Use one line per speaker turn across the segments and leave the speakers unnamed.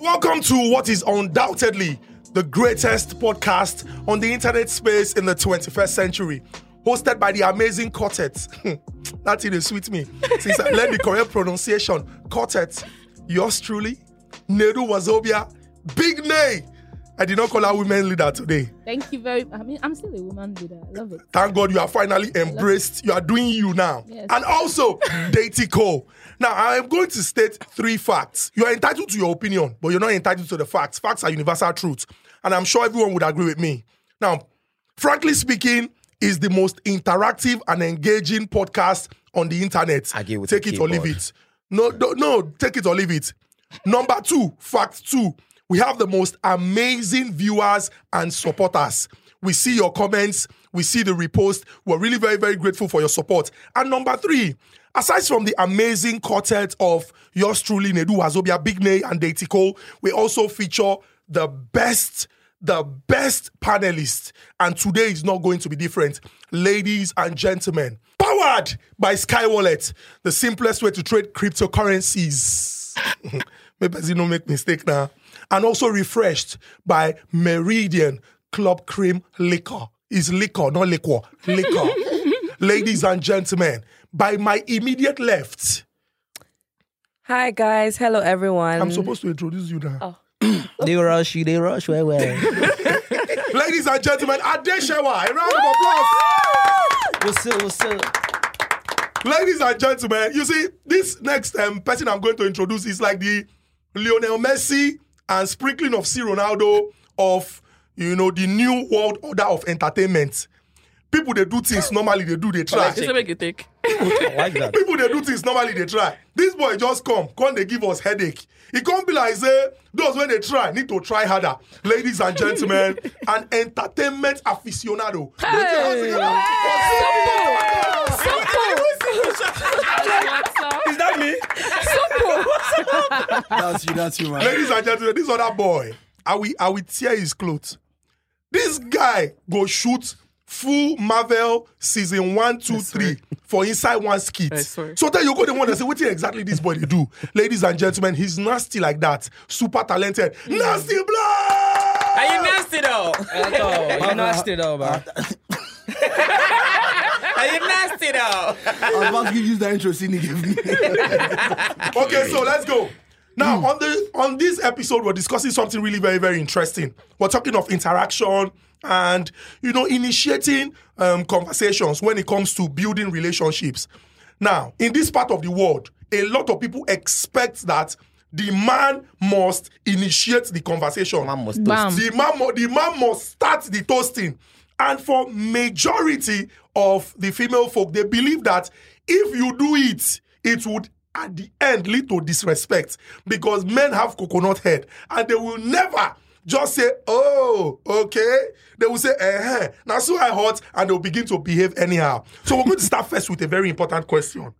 Welcome to what is undoubtedly the greatest podcast on the internet space in the 21st century, hosted by the amazing Quartet. that it is sweet me. Since I learned the correct pronunciation, Quartet, yours truly, Nedu Wazobia, Big Nay. I did not call her women leader today.
Thank you very I mean, I'm still a woman leader. I love it.
Thank God you are finally embraced. You are doing you now.
Yes.
And also, Deity Cole. Now, I am going to state three facts. You are entitled to your opinion, but you're not entitled to the facts. Facts are universal truth. And I'm sure everyone would agree with me. Now, frankly speaking, is the most interactive and engaging podcast on the internet.
Argue with
take
the
it or leave
keyboard.
it. No, no, no, take it or leave it. Number two, fact two, we have the most amazing viewers and supporters. We see your comments, we see the repost. We're really very, very grateful for your support. And number three, aside from the amazing quartet of yours truly, Nedu Hazobia, Big Nay, and Deitiko, we also feature the best the best panelist, and today is not going to be different. Ladies and gentlemen, powered by Skywallet, the simplest way to trade cryptocurrencies. Maybe you don't make mistake now. And also refreshed by Meridian Club Cream Liquor. Is liquor, not liquor. Liquor. Ladies and gentlemen, by my immediate left,
Hi guys, hello everyone.
I'm supposed to introduce you now.
They rush you, they rush where where.
Ladies and gentlemen, Adeshewa, a round of applause.
what's up, what's up?
Ladies and gentlemen, you see, this next um, person I'm going to introduce is like the Lionel Messi and sprinkling of C. Ronaldo of, you know, the new world order of entertainment. People, they do things normally, they do, they try.
Just make you take.
I like that.
People, they do things normally, they try. This boy just come, come, they give us headache. He can't be like, say, those when they try, need to try harder. Ladies and gentlemen, an entertainment aficionado. Put your hands together.
What's up?
That's you, that's you, man.
Ladies and gentlemen, this other boy, I will, I will tear his clothes. This guy go shoot full Marvel season one, two, three for inside one skit.
I swear.
So then you go the one and say, what thing exactly this boy they do? Ladies and gentlemen, he's nasty like that. Super talented. Nasty blood!
Are you nasty though?
Oh, you nasty though, man.
Are you nasty though?
I was about to give you that intro scene he gave me.
Okay, so let's go. Now on the on this episode, we're discussing something really very very interesting. We're talking of interaction and you know initiating um, conversations when it comes to building relationships. Now in this part of the world, a lot of people expect that the man must initiate the conversation.
Man must toast.
Bam.
The man, mu- the man must start the toasting. And for majority of the female folk, they believe that if you do it, it would at the end lead to disrespect because men have coconut head and they will never just say, oh, okay. They will say, eh, now so I hot and they'll begin to behave anyhow. So we're going to start first with a very important question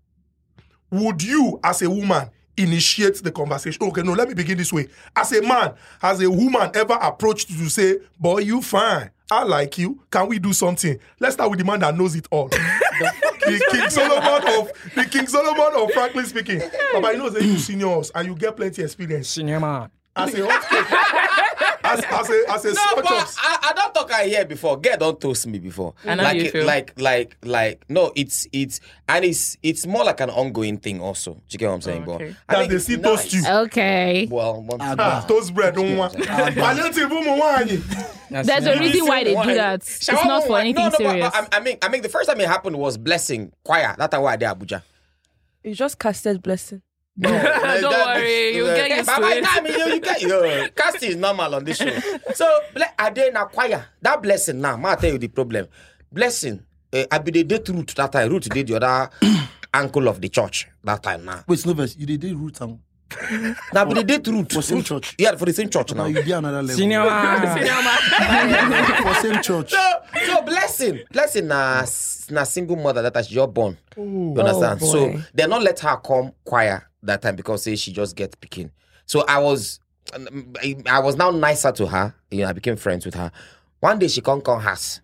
would you as a woman initiate the conversation okay no let me begin this way as a man has a woman ever approached you to say boy you fine i like you can we do something let's start with the man that knows it all the king solomon of the king solomon of frankly speaking baba you know say you seniors and you get plenty experience
Cinema.
as a hot as, as a as a
No,
small
but
chops
I, I don't talk I hear before. Girl don't toast me before.
I know how
like,
you
it-
feel.
like, like, like, no, it's, it's, and it's, it's more like an ongoing thing also. Do you get what I'm saying,
okay.
boy?
that they see toast you
Okay.
Well, one
Ah, toast bread ah. don't want palliative woman why
There's a reason why they do that. It's
Shawarma
not for
one-
anything
no, no, but
serious.
I, I mean, I mean, the first time it happened was blessing choir. That time why I did Abuja.
You just casted blessing.
Don't worry, you'll get used
by
to
my
it.
time, you, you get you. Casting is normal on this show. So ble- I did in a choir. That blessing now, ma I tell you the problem. Blessing, uh, I be the date root that time. Root did the other uncle of the church that time now.
Wait, Snoopers, you did do root and
Now be the date root
for same church.
Yeah, for the same church now.
Now you did another level. for same church.
So, so blessing, blessing na na single mother that time she just born. You understand?
Oh,
so
boy.
they not let her come choir that time because say she just get picking. So I was I I was now nicer to her. You know, I became friends with her. One day she come come house.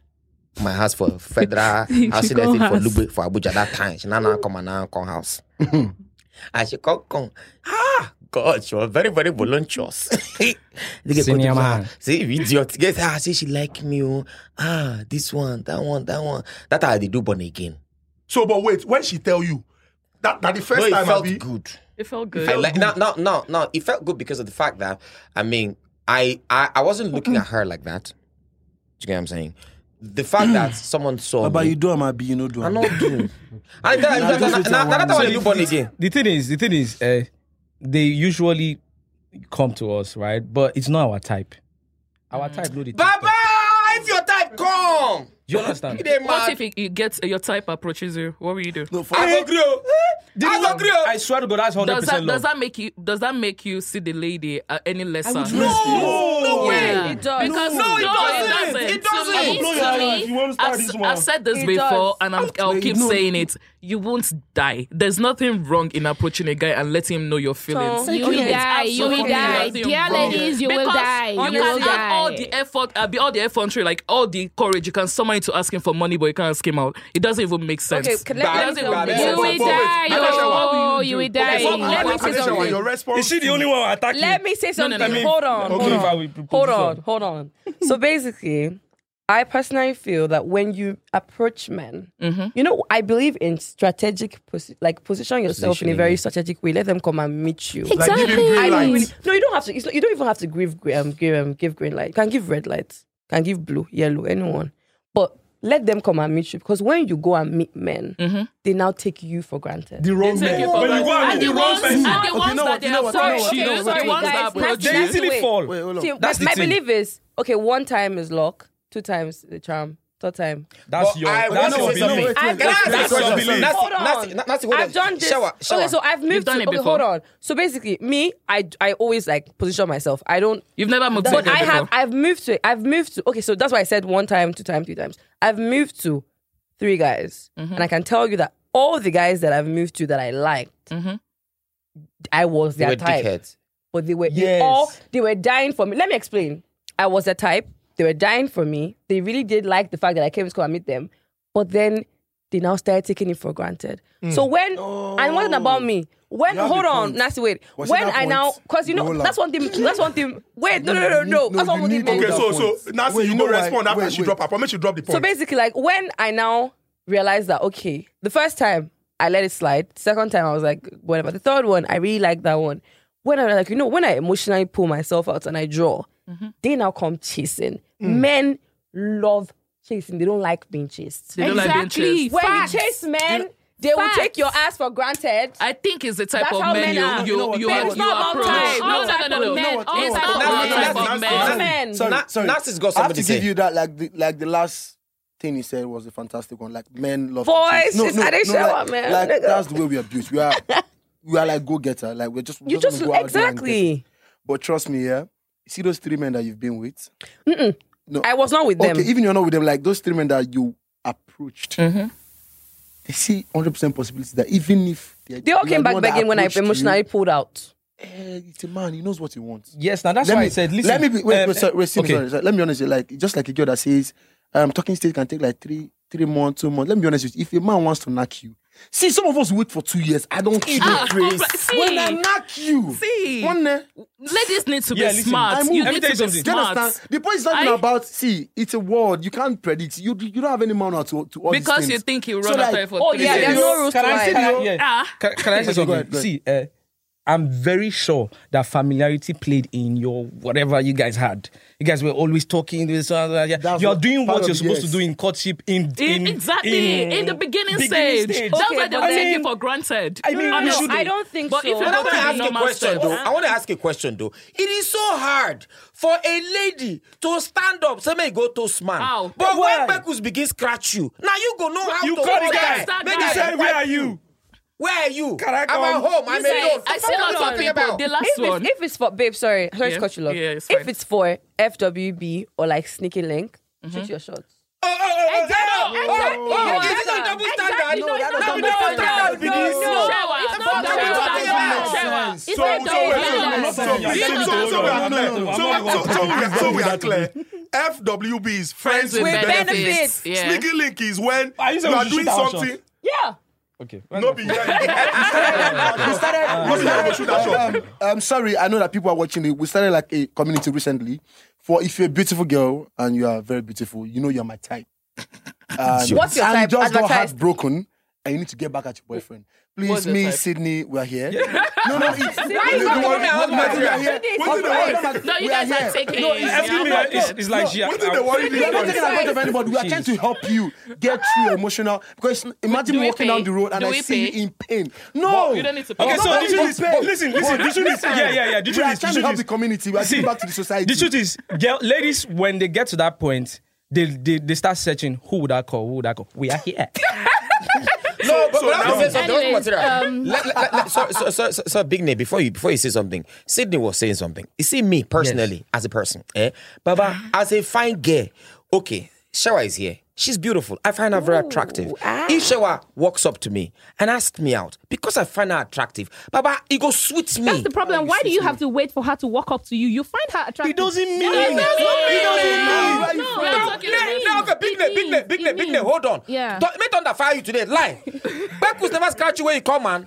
My house for federal
She
housing
come
estate for
house.
Lube for Abuja that time. She now now come and now come house. and she come come. Ah, God, she was very, very voluptuous.
Senior man.
See, idiot. Get ah, say she like me. oh. Ah, this one, that one, that one. That how they do born again.
So, but wait, when she tell you that, that the first
No, it
time
felt
Abi-
good.
It felt good.
I like, no, no, no, no. It felt good because of the fact that I mean, I I, I wasn't looking at her like that. Do you get what I'm saying? The fact that someone saw
But
me.
you do, my be, you know, do.
I'm not doing. And that, that,
Nah,
that,
just wait
that,
till
that,
I
that one
want.
you born again.
the thing is, the thing is, uh, they usually come to us, right? But it's not our type. Our type, no, the
Baba, if your type come,
You understand?
you dey
What
mad.
if you, you get your type approaches you? What will you do?
No, for
I go gree o. I go gree
I
o.
swear to God, that's hundred
Does that
percent love.
does that make you does that make you see the lady uh, any lesser?
would
no,
No, no way.
It does.
Because
No, it doesn't. It doesn't.
To me-
Blow
to me,
You want to
I've,
start this
s-
one?
I've said this
It
before,
does.
and I'm, I'll keep saying it. You won't die. There's nothing wrong in approaching a guy and letting him know your feelings.
So-
You will
It's
die. You will
absolutely
die.
nothing
Dear
wrong.
ladies, you
because
will die. You
you
will
can have
die.
all the effort, uh, be all the effort, like all the courage. You can summon him to ask him for money, but you can't ask him out. It doesn't even make sense.
Okay, can- let
Bad,
me
bad, bad.
tell you.
You
But-
will
but wait,
die.
Natasha, what
Oh,
will you
you
do?
will die.
Okay, so
Let me say
Anisha,
something.
your response
Is she the only one attacking?
Let me say
No, no,
something.
no, no.
Hold on.
Okay, if I
Hold
will
on.
propose
Hold on.
something.
Hold on. So basically, I personally feel that when you approach men,
Mm-hmm.
you know, I believe in strategic, posi- like position yourself in a very strategic way. Let them come and meet you.
Like giving
Exactly.
green
I
lights.
don't really- no, you don't have to. It's not, you don't even have to give gre- um, give um, give green light. You can give red light. You Can give blue, yellow, anyone. But let them come and meet you because when you go and meet men,
Mm-hmm.
they now take you for granted.
the wrong
Take it
man.
for
When you go and
granted.
meet
And the
the wrong
ones-
person.
and the
Okay,
ones
you know
that
what?
they
You know
are
what? You know
sorry
what?
to,
You know what?
the ones
guys,
that
that's
approach
the
you.
they easily
way.
fall.
Wait, hold on.
See,
That's
my, my
the thing.
belief is okay. One time is luck. Two times the charm. Third time.
That's
But
your.
I
That's
want to
your
say something.
belief.
I've
Can I ask you
That's
a
your
question?
belief.
Nasty,
Hold on.
nasty, na- nasty, hold
I've
on.
done this.
Shower, shower.
Okay, so I've moved.
done
to-
it
okay,
before.
hold on. So basically, me, I I always like position myself. I don't.
You've never moved to a
But
girl
I
before.
have. I've moved to. I've moved to. Okay, so that's why I said one time, two times, three times. I've moved to three guys,
Mm-hmm.
and I can tell you that all the guys that I've moved to that I liked,
Mm-hmm.
I was
They
their
were
type
dickheads.
but they were they
Yes.
all they were dying for me. Let me explain. I was the type they were dying for me. They really did like the fact that I came to school and meet them, but then they now started taking it for granted. So when and wasn't about me. When
Mm. Oh. You have
hold
a
on,
point.
Nancy, wait.
Was it
when
that
I now
point?
because you know
Roll
that's
out.
one thing. That's one thing. Wait, no, no, no, no.
No,
that's
you
one thing.
need to
meant.
Okay,
that
so
point.
so Nancy,
Wait,
you
you
don't
know why?
respond after
Wait,
she
wait.
drop her. But make she drop the point.
So basically, like when I now realized that, okay, the first time I let it slide. Second time I was like, whatever. The third one, I really like that one. When I like, you know, when I emotionally pull myself out and I draw, they now come chasing.
Mm.
Men love chasing. They don't like being chased.
They don't like being
Exactly.
chased.
When
Facts.
you chase men, they
Facts.
will take your ass for granted.
I think it's the type
That's
of
how men
men you
are.
you
You know what?
you,
Babe,
are-
it's
you
not about
approach.
time.
No, no, no, no, no.
All type
no.
of men, all
It's not
type
all
of
men.
type of
All
men.
men.
Sorry,
Na-
sorry.
Nas has got
I have
something
to
to
give
say.
you that. Like the, like the last thing he said was a fantastic one. Like men love
Boys,
to chase.
it's- I didn't share
like,
what, man.
Like
Nigga.
that's the way we are built. We are we are like go getter. Like we're just we
You
just,
just
wanna go out there and get it.
exactly.
But trust me, yeah. You see those three men that you've been with. No,
I was not with them.
Okay, even you're not with them, like those three men that you approached,
Mm-hmm.
they see 100% possibility that even if
they all came back begging when I emotionally pulled out.
Eh, it's a man, he knows what he wants.
Yes, now that's
let
why
me,
I said. Listen,
let me be, wait,
um,
wait, sorry, wait, Simi,
okay.
sorry, sorry, let me honest, you, like just like a girl that says, um, talking stage can take like three, three months, two months. Let me be honest with you, if a man wants to knock you, see, some of us wait for two years. I don't care.
Ah, compli- see.
when I knock you,
See.
one day,
Ladies need to be
Yeah, listen,
smart.
I
You
move.
need to be
Everything is
Do you
smart.
understand? The point is not even
I-
about see. It's a world you can't predict. You you don't have any manual to to all these
Because
things.
you think he'll
So,
run
like,
after you for
oh,
three
yeah,
days.
there's no rules
Can
to
I say,
it.
can I, yeah.
Ah.
can, can I say
go
something?
ahead, go ahead.
See, uh, I'm very sure that familiarity played in your whatever you guys had. You guys were always talking. This, uh, uh, yeah.
That's
You're
what-
doing
part
what
of
you're
the
supposed
yes.
to do in courtship. In,
I-
in
exactly in, the beginning, stage, that's
Okay,
why they
but
will take
then-
it for granted.
I mean,
No, no,
we
no,
shouldn't.
I don't think
But
so.
if you
But I
go
want to
to the
ask a
normal
question
steps.
though. I want to ask a question though. It is so hard for a lady to stand up. Say may go toast man.
How?
But
Why?
when Bekus begin scratch you, now you go know how
You
to
call the
protest.
guy.
Start
Make
guy.
the guy
Say,
wipe
you?
Where are you?
Can I come?
I'm at home. I'm
Listen,
alone.
I see
What you
lots of
talking
people.
about?
The last
if
one.
It's, if it's for babe, sorry, sorry
Yeah.
to cut you love.
Yeah, it's
if
fine.
it's for FWB or like sneaky link, shoot your shots.
Oh, oh, oh, oh,
Mm-hmm. Exactly,
oh, oh,
exactly,
oh,
you
this is
understand.
not double
Exactly,
standard.
no, it's not
Now we
double
double
standard.
standard. be
No,
this.
no.
Shower,
It's
no
not
double
double
standard.
standard.
Shower.
It's
It's
So,
not
so,
double
wait,
standard.
so, so, so,
Yeah, no,
so, so we are clear.
no, no, no,
So,
I'm not
so,
going
so
to-
we are- so we are clear. FWB is friends with
with
benefits.
benefits.
Yeah.
Sneaky link is when
I used
you
to
are
shoot
doing
our
something.
shot.
Yeah.
Okay.
No be here.
We started.
No be here. Go shoot that shot.
Uh, Um, I'm sorry. I know that people are watching it. We started like a community recently. For if you're a beautiful girl and you are very beautiful, you know you're my type. And
What's your
I'm
type?
just got
Advertise.
heartbroken, and you need to get back at your boyfriend. Please,
What's your
me,
type?
Sydney, we're here. No, no, it's,
Why you not coming out?
we are here.
What did they
No, you
We are
guys are
here.
taking
No, it's-
it. Yeah.
Excuse me, it's, it's like she.
What did they worry
We are not
me?
taking advantage of anybody. We are trying to help you get through emotional. Because imagine
Do
me
we
walking
pay?
down the road and
Do
I
we
see
pay?
you in pain. No,
You don't need to pay.
Okay, so
Nobody
the truth is,
compared.
listen, listen, the truth is, yeah, yeah, yeah. The
We
truth
are
is, the
trying to
truth
help
is-
the community. We are
See,
giving back to the society.
The truth is, girl, ladies, when they get to that point, they, they, they start searching, who would I call? Who would I call? We are here.
No, but, but I have to
now-
say something. Anyways,
Anyways,
material.
um,
Let- let- let- so, so, so, so, so, Big Nate, before you before you say something, Sydney was saying something. You see, me personally, as a person, eh, Baba,
Uh-huh.
as a fine girl, okay, Shewa is here. She's beautiful. I find her very attractive.
ah.
If Shewa walks up to me and asks me out because I find her attractive, Baba, it goes sweet me.
That's the problem. Why do you have to wait for her to walk up to you? You find her attractive.
It doesn't mean.
It doesn't mean.
It doesn't mean.
No,
No,
we're
No,
talking
no,
about-
no, okay, big
It
name, big
means,
name, big
it
name, big
means.
name. Hold on.
Yeah.
Don't, make thunder fire you today. Lie. Backwards never scratch you where you come, man.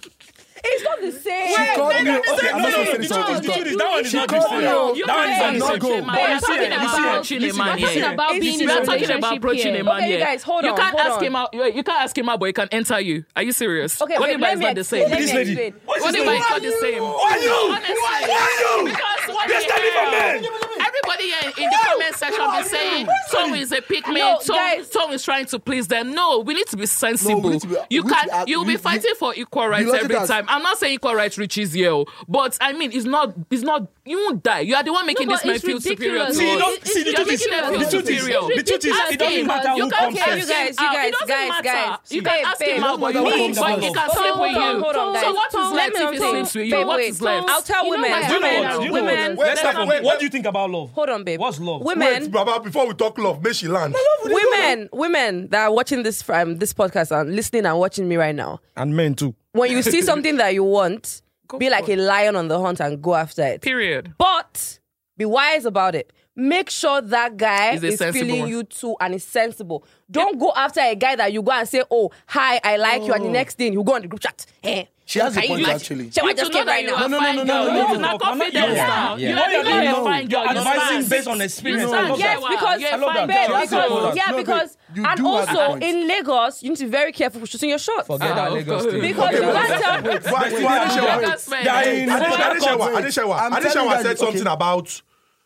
It's not the same.
She called me.
No,
Okay, I'm not
no,
supposed to say
the truth is-
something.
the truth is, that one is not the
called
same.
you.
You
That one is not
guys are
the same.
not go.
But
We're
you're talking
talking
about
about- listen, we're
approaching a man
talking
here.
about
It's-
being in a
we're talking about
relationship
approaching a
here.
man
Okay, you
here.
guys, hold
You
on,
can't
hold
ask
on.
him out. You can't ask him out, but he can enter you. Are you serious?
Okay,
what
okay,
if
let
it's
me
not the
explain.
same?
Let
This
me
lady.
explain.
What if it's not the same?
Why you?
Honestly.
Why you?
Because what
They're
they
standing for
have-
men.
Everybody here in the comment section be saying Tom is a pig man,
No,
Tom,
guys.
Tom is trying to please them. No, we need to be sensible.
need to be-
you
we need to
can
be-
not you'll
we-
be
we-
fighting for equal rights
look at
every
us.
time. I'm not saying equal rights reaches you, but I mean it's not it's not you won't die. You are the one making
No,
this
but
man
it's
feel superior.
ridiculous.
to
See, you
us.
don't, see, the
You're
truth is,
making them feel
the truth is,
superior.
the truth is, it doesn't matter who
You can
comes
ask
Okay,
him
you
first.
guys, you
out.
guys,
it doesn't
guys,
matter.
guys.
You can
Babe,
ask
babe,
him out, but you
hold
won't.
on, hold
But he can
on.
sleep with
Hold on,
you.
hold on,
So
guys.
what is
Hold
left
on,
if
hold
he
on.
sleeps with
Babe,
you? What
wait.
is left?
I'll tell
You know
women.
why I
Do you know
Women,
what? Do you know
women.
what? Let's start from-
Women.
What do you think about love?
Hold on, babe.
What's love?
Wait,
Women,
Baba, before we talk love, make she land.
women, women that are watching this um, this podcast and listening and watching me right now.
And men too.
When you see something that you want, be like a lion on the hunt and go after it.
Period.
But be wise about it. Make sure that guy
He's a
is
sensible
feeling
one.
you too and is sensible. Don't go after a guy that you go and say, "Oh, hi, I like you," and the next thing you go on the group chat. Eh,
She has a
can you
point,
do it?
actually.
Shall I
You
just
two know
came
that
right
you
now?
are
No, no,
fine
no, no,
girl.
no, no,
You're
no,
not
no, no,
confident
no.
now.
Yeah.
You're
Why you
not even a
don't
fine
know?
girl.
You're
You're
advising
fine.
based on experience.
You
No,
stand-
no,
Yes,
no.
because
I love that.
Babe,
That's a
because-
point.
yeah,
No, babe,
because
you
and
do have a
also
point.
in Lagos, you need to be very careful with shooting your shots.
Forget that
of
Lagos
course.
thing.
because you can't tell
Why- why Adeshewa-
You're just fine.
They're in
Ade-
foreign
Adeshewa,
court.
Adeshewa,
I'm telling you
Adeshewa
that-
said something
okay.
about,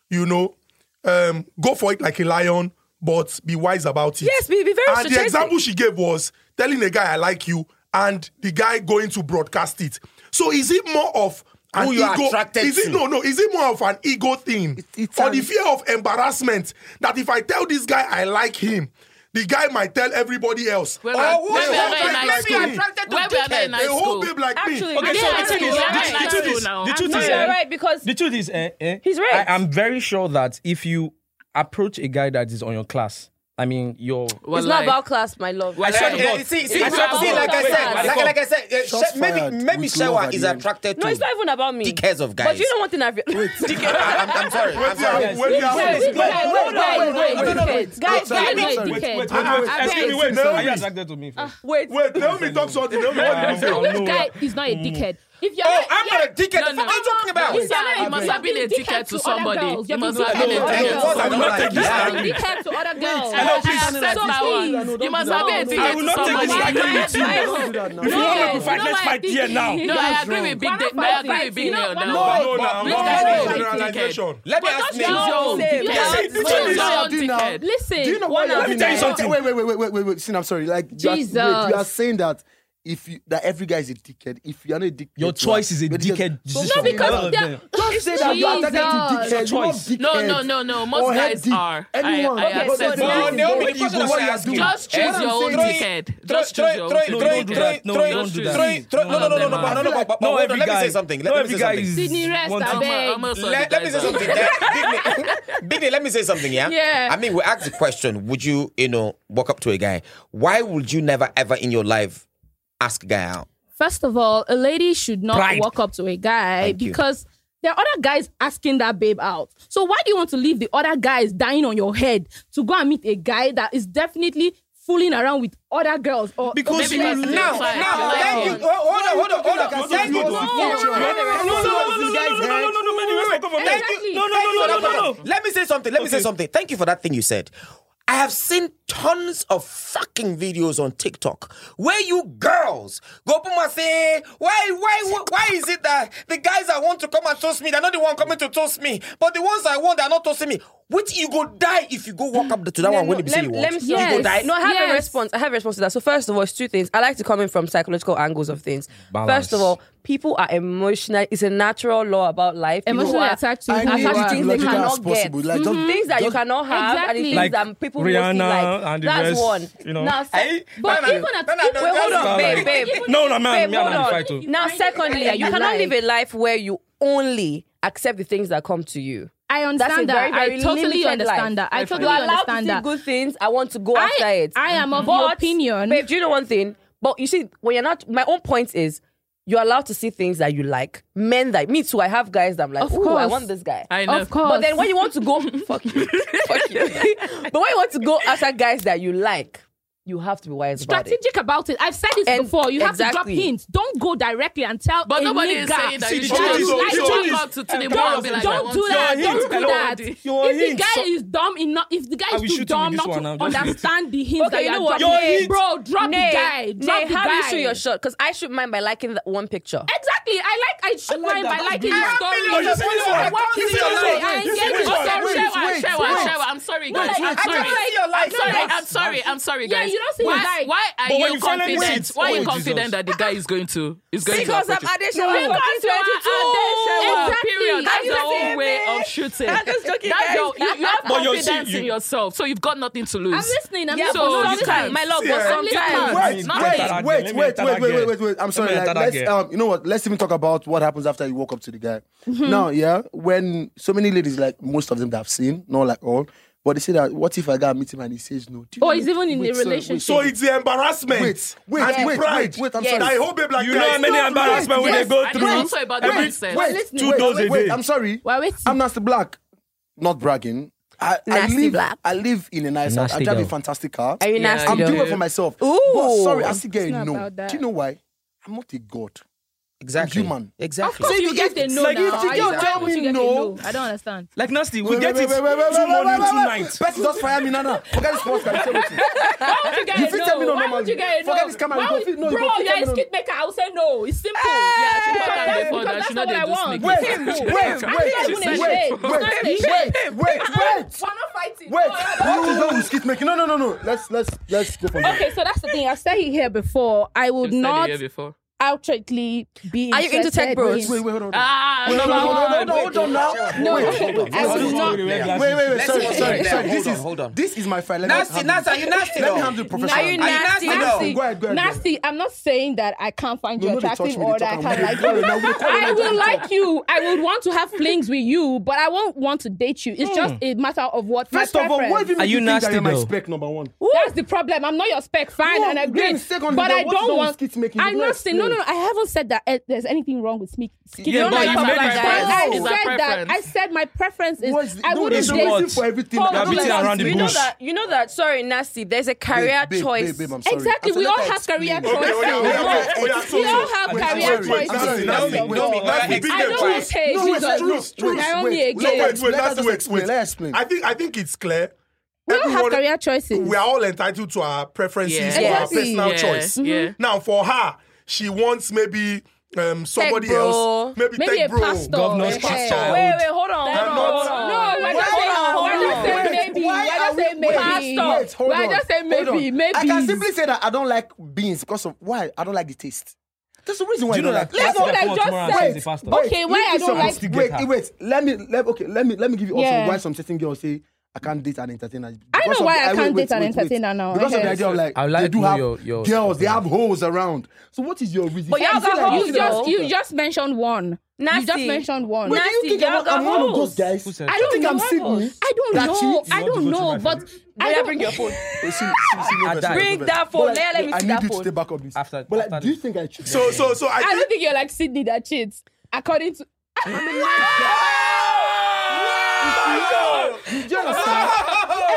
you know, um, go for it like a lion, but be wise about it.
Yes, be- be very
And the
strategic.
example she gave was telling a guy I like you, and the guy going to broadcast it. So is it more of an
Who you are
ego?
attracted
is it
to.
no no? Is it more of an ego thing,
it's
or
an-
the fear of embarrassment that if I tell this guy I like him, the guy might tell everybody else.
Well,
"Oh,
I-
who
when
is
we
that
are
guy
very nice
like
school.
me?"
attracted to
When we are very
dickheads.
nice
A whole
school.
babe like
Actually,
me.
Okay, so
Yeah,
the thing is,
yeah,
the- the
yeah,
truth is,
yeah.
the truth
No,
is,
you're
eh,
right because
the truth is, eh, eh,
He's right.
I am very sure that if you approach a guy that is on your class, I mean, your
it's not about class, my love.
I swear
to
Eh,
God.
eh, See, see,
It's
I
not
swear- see,
about
like I
that.
said, like, like I said, eh,
Shots
she- maybe
fired
maybe
with love
Shewa
at
is
the end.
attracted to.
No, it's not even about me.
Dickheads of
But
guys.
you know one thing I've
I- I'm, I'm sorry. I'm sorry.
Wait, wait, wait, wait.
guys,
Sorry,
guys,
sorry.
wait,
dickhead.
wait, wait,
Ah,
wait,
ah,
excuse me,
guys.
wait,
No.
are you attracted to me first?
wait.
Wait, tell me talk something. Tell me what did you say.
Uh,
This
no.
guy is not a dickhead. If you're
Oh,
not,
I'm
yeah,
not a dickhead.
No,
What
no.
are you talking about?
If you're not,
You must
you're
have been a
being
dickhead to
other
somebody.
girls.
You
You're
must
being
have
dickhead
been a
to other
dickhead to
girls.
I will not take this.
You're
I
being dickhead to other girls. I
I don't think-
accept that
So
one.
please, you must
No,
have been a
no,
dickhead
I will
to
not take
somebody.
this lightly with you.
Why-
Don't do that now.
If you want me to
you
fight,
know
let's
why
fight
I
here
think-
now.
No, I agree with Big
Why
Dale.
not
I
fight
agree with
it?
Big
You know,
Dale
why
now.
No,
not?
now, no, no
This guy is a
generalization.
Let me
But
ask
that's
you.
your own
Same.
dickhead.
Yeah,
Choose
listen,
your
listen.
own
Do you know-
dickhead.
Listen,
Do you know what?
One
Let me
out
tell you
there.
something. Wait, wait, wait, wait, wait, wait, wait. Sin, I'm sorry. Like you are, wait,
Jesus.
you are saying that if you that every guy is a dickhead, if you are not a dickhead,
Your
you
choice
are-
is a
but just-
dickhead
Don't
decision.
say
No, because
Well,
they're-
then.
Don't say that you are
Jesus.
attacking dickhead. eh, You
Choice.
love
No,
dickheads.
no, no, no. Most
Or head
guys
dick.
are. I-
Anyone.
I
But
accept
the
that.
thing
Naomi,
is, what
the
you
question
do,
was
what you are
asked.
doing.
Just
What
choose
I'm
your own
saying-
dickhead. Just choose your own
throw-
dickhead.
do that. No, don't do that.
No, no, no, no, no, but- no, no, but- but
No,
hold on,
every
Let me
guy.
say something.
No,
Let me
every
say
guy
something.
is.
Sydney, rest,
wants to-
I beg.
I'm also a
Let, let me say
dickhead.
something. There. Big Nick, Big Nick, let me say something. Yeah.
Yeah.
I mean, we asked the question: Would you, you know, walk up to a guy? Why would you never, ever in your life ask a guy out?
First of all, a lady should not
Pride.
walk up to a guy
Thank you.
because there are other guys asking that babe out. So why do you want to leave the other guys dying on your head to go and meet a guy that is definitely fooling around with other girls or
Because
or
you
maybe-
Now,
now-
now, thank you. Hold on, hold on, hold on. Thank you.
Exactly.
No, no,
Thank you
no,
for
no,
that
no,
comment. Let me say something. Let me say something. Thank you for that thing you said. I have seen tons of fucking videos on TikTok where you girls go up and say, why, why, why, why is it that the guys that want to come and toast me, they're not the one coming to toast me, but the ones I want, they're not toasting me. Which you go die if you go walk up to that one when you say
let,
you
let me
want.
see.
You go
Yes.
die.
No, I have a
Yes.
response. I have a response to that. So first of all, it's two things. I like to come in from psychological angles of things.
Balance.
First of all, people are emotional. It's a natural law about life. People
Emotionally
are-
attached to
I need
attached
attach
it
to things
as
things
they
that you
logical
cannot
as
cannot get.
possible. Like,
Mm-hmm.
Mhm. Things that you
just-
cannot have and the things
Exactly.
Like
that people mostly
Rihanna
like.
and the
That's
rest,
one.
you know.
Now,
Hey,
se-
no,
But
no,
even at
no, no,
even-
no,
Wait, hold
just-
on, babe,
Balance.
babe.
Even
No, no, man,
Babe,
me and
hold
I
on.
fight too.
Now,
Find it
secondly,
that
you
you
cannot
like.
live a life where you only accept the things that come to you.
I
That's
understand
a very,
that. I
very
totally
limited
understand
life.
that. I
You
totally
are allowed to see
understand that.
good things. I want to go
I-
after it.
I am of the
But,
opinion-
babe. Do you know one thing? But you see, when you're not, my own point is, you're allowed to see things that you like. Men that me too. I have guys that I'm like,
Of
oh, I
course.
want this guy.
I know.
Of course.
But then when you want to go, fuck you, fuck you. but when you want to go after guys that you like, you have to be wise about it.
strategic about it. I've said this
And-
before. You have to
exactly.
drop hints. Don't go directly and tell.
But
a
nobody
nigga.
is saying that
See,
you
the
should
truth is-
just
the
walk
truth is-
up to the
Don't-
boy and be like, I
don't
want
do
to-
that.
Your
Don't
hint,
do
hello,
that.
Adi.
If
Your
the
hint,
guy
so-
is dumb enough, if the guy
will
is too
shoot you with
dumb
this
not
one now,
to
just-
understand the hints that
you
you
know
are
what?
Your hint.
dropping, bro, drop the
Nay,
guy. Drop
nay,
the
how do you shoot
guy.
your shot? Because I shoot mine by liking that one picture.
Exactly. I like. I shoot mine by liking the story.
No, you see this one.
I want
You
to
see
see
this
your
one.
way. I
You see
engage
this
with
one.
your
Wait,
way.
Shower,
wait,
shower,
wait.
shower. I'm sorry, guys.
like,
I'm
I
sorry.
just like-
your life.
I'm sorry. I'm
That's-
sorry. I'm sorry,
Yeah,
guys.
you don't see
why,
his eye.
why are
But when
you
you finally
confident?
see it,
Why
oh,
are you
Jesus.
confident that the guy is going to is going
Because
to
I'm
approach
Adeshawa
you?
Because
fucking
you are
22.
Adeshawa.
Exactly.
Exactly.
Period.
Are
That's
you
your
seeing
own way
me?
of shooting.
I'm just joking,
That's
guys.
your, you, you have
But you're
confidence
seeing-
in
you-
yourself, so you've got nothing to lose.
I'm listening. I'm
Yeah,
So
but
you
listening.
can-
sometimes, my love,
Yeah.
but
You
can.
sometimes.
Right.
Wait,
Not
wait,
that
again.
wait,
Let me
wait,
enter
wait,
that
wait,
girl.
wait, wait, wait. I'm sorry.
Let me
Like,
enter that
let's,
girl.
um, you know what? Let's even talk about what happens after you walk up to the guy.
Mm-hmm.
Now, yeah, when so many ladies, like most of them that I've seen, not like all, but they say that what if I got meet him and he says no? Do you
Or
know-
he's even in
wait,
a
sorry, wait,
relationship.
So it's the embarrassment.
Wait, wait,
and the
wait,
pride.
wait, wait, I'm
That
sorry.
whole babe like
You know how
guys,
many
no,
embarrassment we
Yes,
they go
and it's
through.
also about the
Wait,
mindset.
wait,
Listen.
two
Wait,
doors wait,
a
wait,
day.
I'm sorry.
We're waiting.
I'm Nasty Black. Not bragging. I, I
Nasty
live,
Black.
I live in a nice house. I
Nasty
drive a
girl.
fantastic car.
Are you
Yeah,
nasty?
you
I'm
though?
do.
doing well for myself. But
Ooh.
sorry, I still get a
It's not
no.
about that.
Do you know why? I'm not a god.
Exactly.
Human.
Exactly.
So you get the no
like, if
now.
the
How
girl
is that?
tell
How
me
would you get a
no-
no? I don't understand.
Like nasty, we get
wait, wait,
it
wait,
two
wait,
morning,
wait,
two
wait.
night.
Person just fire me, Nana. Forget this podcast. I'm telling you.
Why would you get
You
a
fit tell me no
Why would
normally.
you get a no?
Forget this camera,
Why
you go
would-
fit- no, you
bro,
go fit
you're
tell me
a
no.
skid maker. I will say no. It's simple. Yeah,
she
because
thought that
that's,
before
because
that.
that's
She
not
know
what I want.
they do sneak
Wait,
It's
wait,
simple.
wait,
I'm
not even
wait, wait,
ashamed.
wait,
It's not
wait,
ashamed.
wait, wait.
We're not fighting.
Wait,
No, no, no.
what is wrong with skit making? No, no, no, no. Let's let's let's go from there.
Okay, so that's the thing. I've said it here before. I would
You've
not
said it here before.
outrightly be.
Are you into tech
interested
bros?
in-
Wait, wait, hold on.
Ah, no,
no,
no,
no, no, no, hold on now.
No,
Wait,
I
hold on.
would not.
Wait, wait, wait.
Let's
Sorry,
hold on
sorry,
there.
sorry.
Hold
This
on,
is
hold on.
this is my file. Let me
Nasty,
handle
nasty, are
this.
you nasty
Let me
though?
handle the
Are
professional.
you
Are you
nasty?
nasty though?
Nasty.
Go ahead, go ahead.
Nasty, I'm not saying that I can't find you
No, no, they touch
attractive
me, they
or
talk,
that I
I'm
can't like
gonna-
you.
Now, we call it
I
like that,
will
we
like
talk.
you. I would want to have flings with you, but I won't want to date you. It's just a matter of what
Hmm. First
my
of all, what if
preference.
you make
Are you
me think that
nasty
you're my
though?
spec number one?
That's the problem. I'm not your spec. Fine,
No,
and I
then
agree.
secondly,
but
then
I
what's
don't
wrong with
want.
skit making?
I'm
No,
not saying. No, no, no.
explain.
I haven't said that eh, there's anything wrong with skit. skit
Yeah,
making.
but
like
you
popular
made
guys.
I
friends.
friends.
No.
said that. I said my preference is
What's the-
I
no,
wouldn't
there's no
date.
reason for everything.
Hold
You're
on,
beating
hold on.
around the
You know
bush.
that. You know that. Sorry, nasty. There's a
Babe,
career
babe,
choice.
Babe, babe, I'm sorry.
Exactly,
I
we
said
all
that I
have career
Okay,
explained.
choices.
oh yeah, oh yeah, oh yeah, so,
We all
so.
have
Wait,
career
wait, wait,
choices.
Nasty, nasty, wait,
Wait, wait,
nasty,
wait,
big
I
them
don't
twice.
hate
No, it's
Jesus.
truth, truth.
Naomi
Wait,
No,
again.
wait,
Let
wait,
us
Nasty, wait,
explain,
wait.
let us explain.
I think, I think it's clear.
We all have
Everyone-
career choices.
we are all entitled to our preferences
Yeah.
or our
Exactly.
personal
Yeah,
choice.
yeah.
Now, for her, she wants maybe um, somebody
bro.
else, maybe,
Maybe
tech
a
bro.
pastor.
Governor's
Hey.
pastor.
Wait, wait, hold on.
I'm
Hold
not-
on.
No, we're just
Hold
saying,
on,
we're
hold
just saying
on.
maybe.
Why
We're
are
just
we-
saying
wait,
maybe.
wait, hold
We're
on,
just saying
hold
maybe,
on.
maybe.
I can simply say that I don't like beans because of why I don't like the taste. That's the reason why.
Do you know
I don't
that?
like-
That's what I just said.
The pastor.
Wait. Okay, why
leave
I
this
don't
up.
like-
Wait, wait, wait. Let me. Let, okay, let me. Let me give you also
Yeah.
why some certain girls say I can't date an entertainer.
I know
Because of
why
the-
I
wait,
can't
wait,
date an
wait, wait.
entertainer now.
Because of
Okay.
the idea of like,
I would like
they
to
do
know
have
your- your-
girls. They have holes around. So what is your reason?
But y'all
Is it
got
like-
hoes,
You
is it like-
just, you just mentioned one. You just
Nasty.
mentioned one.
Wait, do you
nasty,
think
y'all
I'm,
got
I'm one of
hoes.
those guys?
Who said
I
that?
don't think I'm
Y'all got
Sydney.
hoes.
I don't
That
know.
cheats?
You
I
want to
don't
go through
know,
my
but
phone?
I
Boya,
don't
bring your phone.
Oh, see- see- see, no
I
verse,
died.
no
Bring
verse.
that phone.
But
Let- let me
I
see
need
that
you
phone.
to stay back up this.
After-
but like,
after
do you
this.
think I cheat?
So, so, so I
I
think
don't think you're like Sydney that cheats. According to
Do you understand?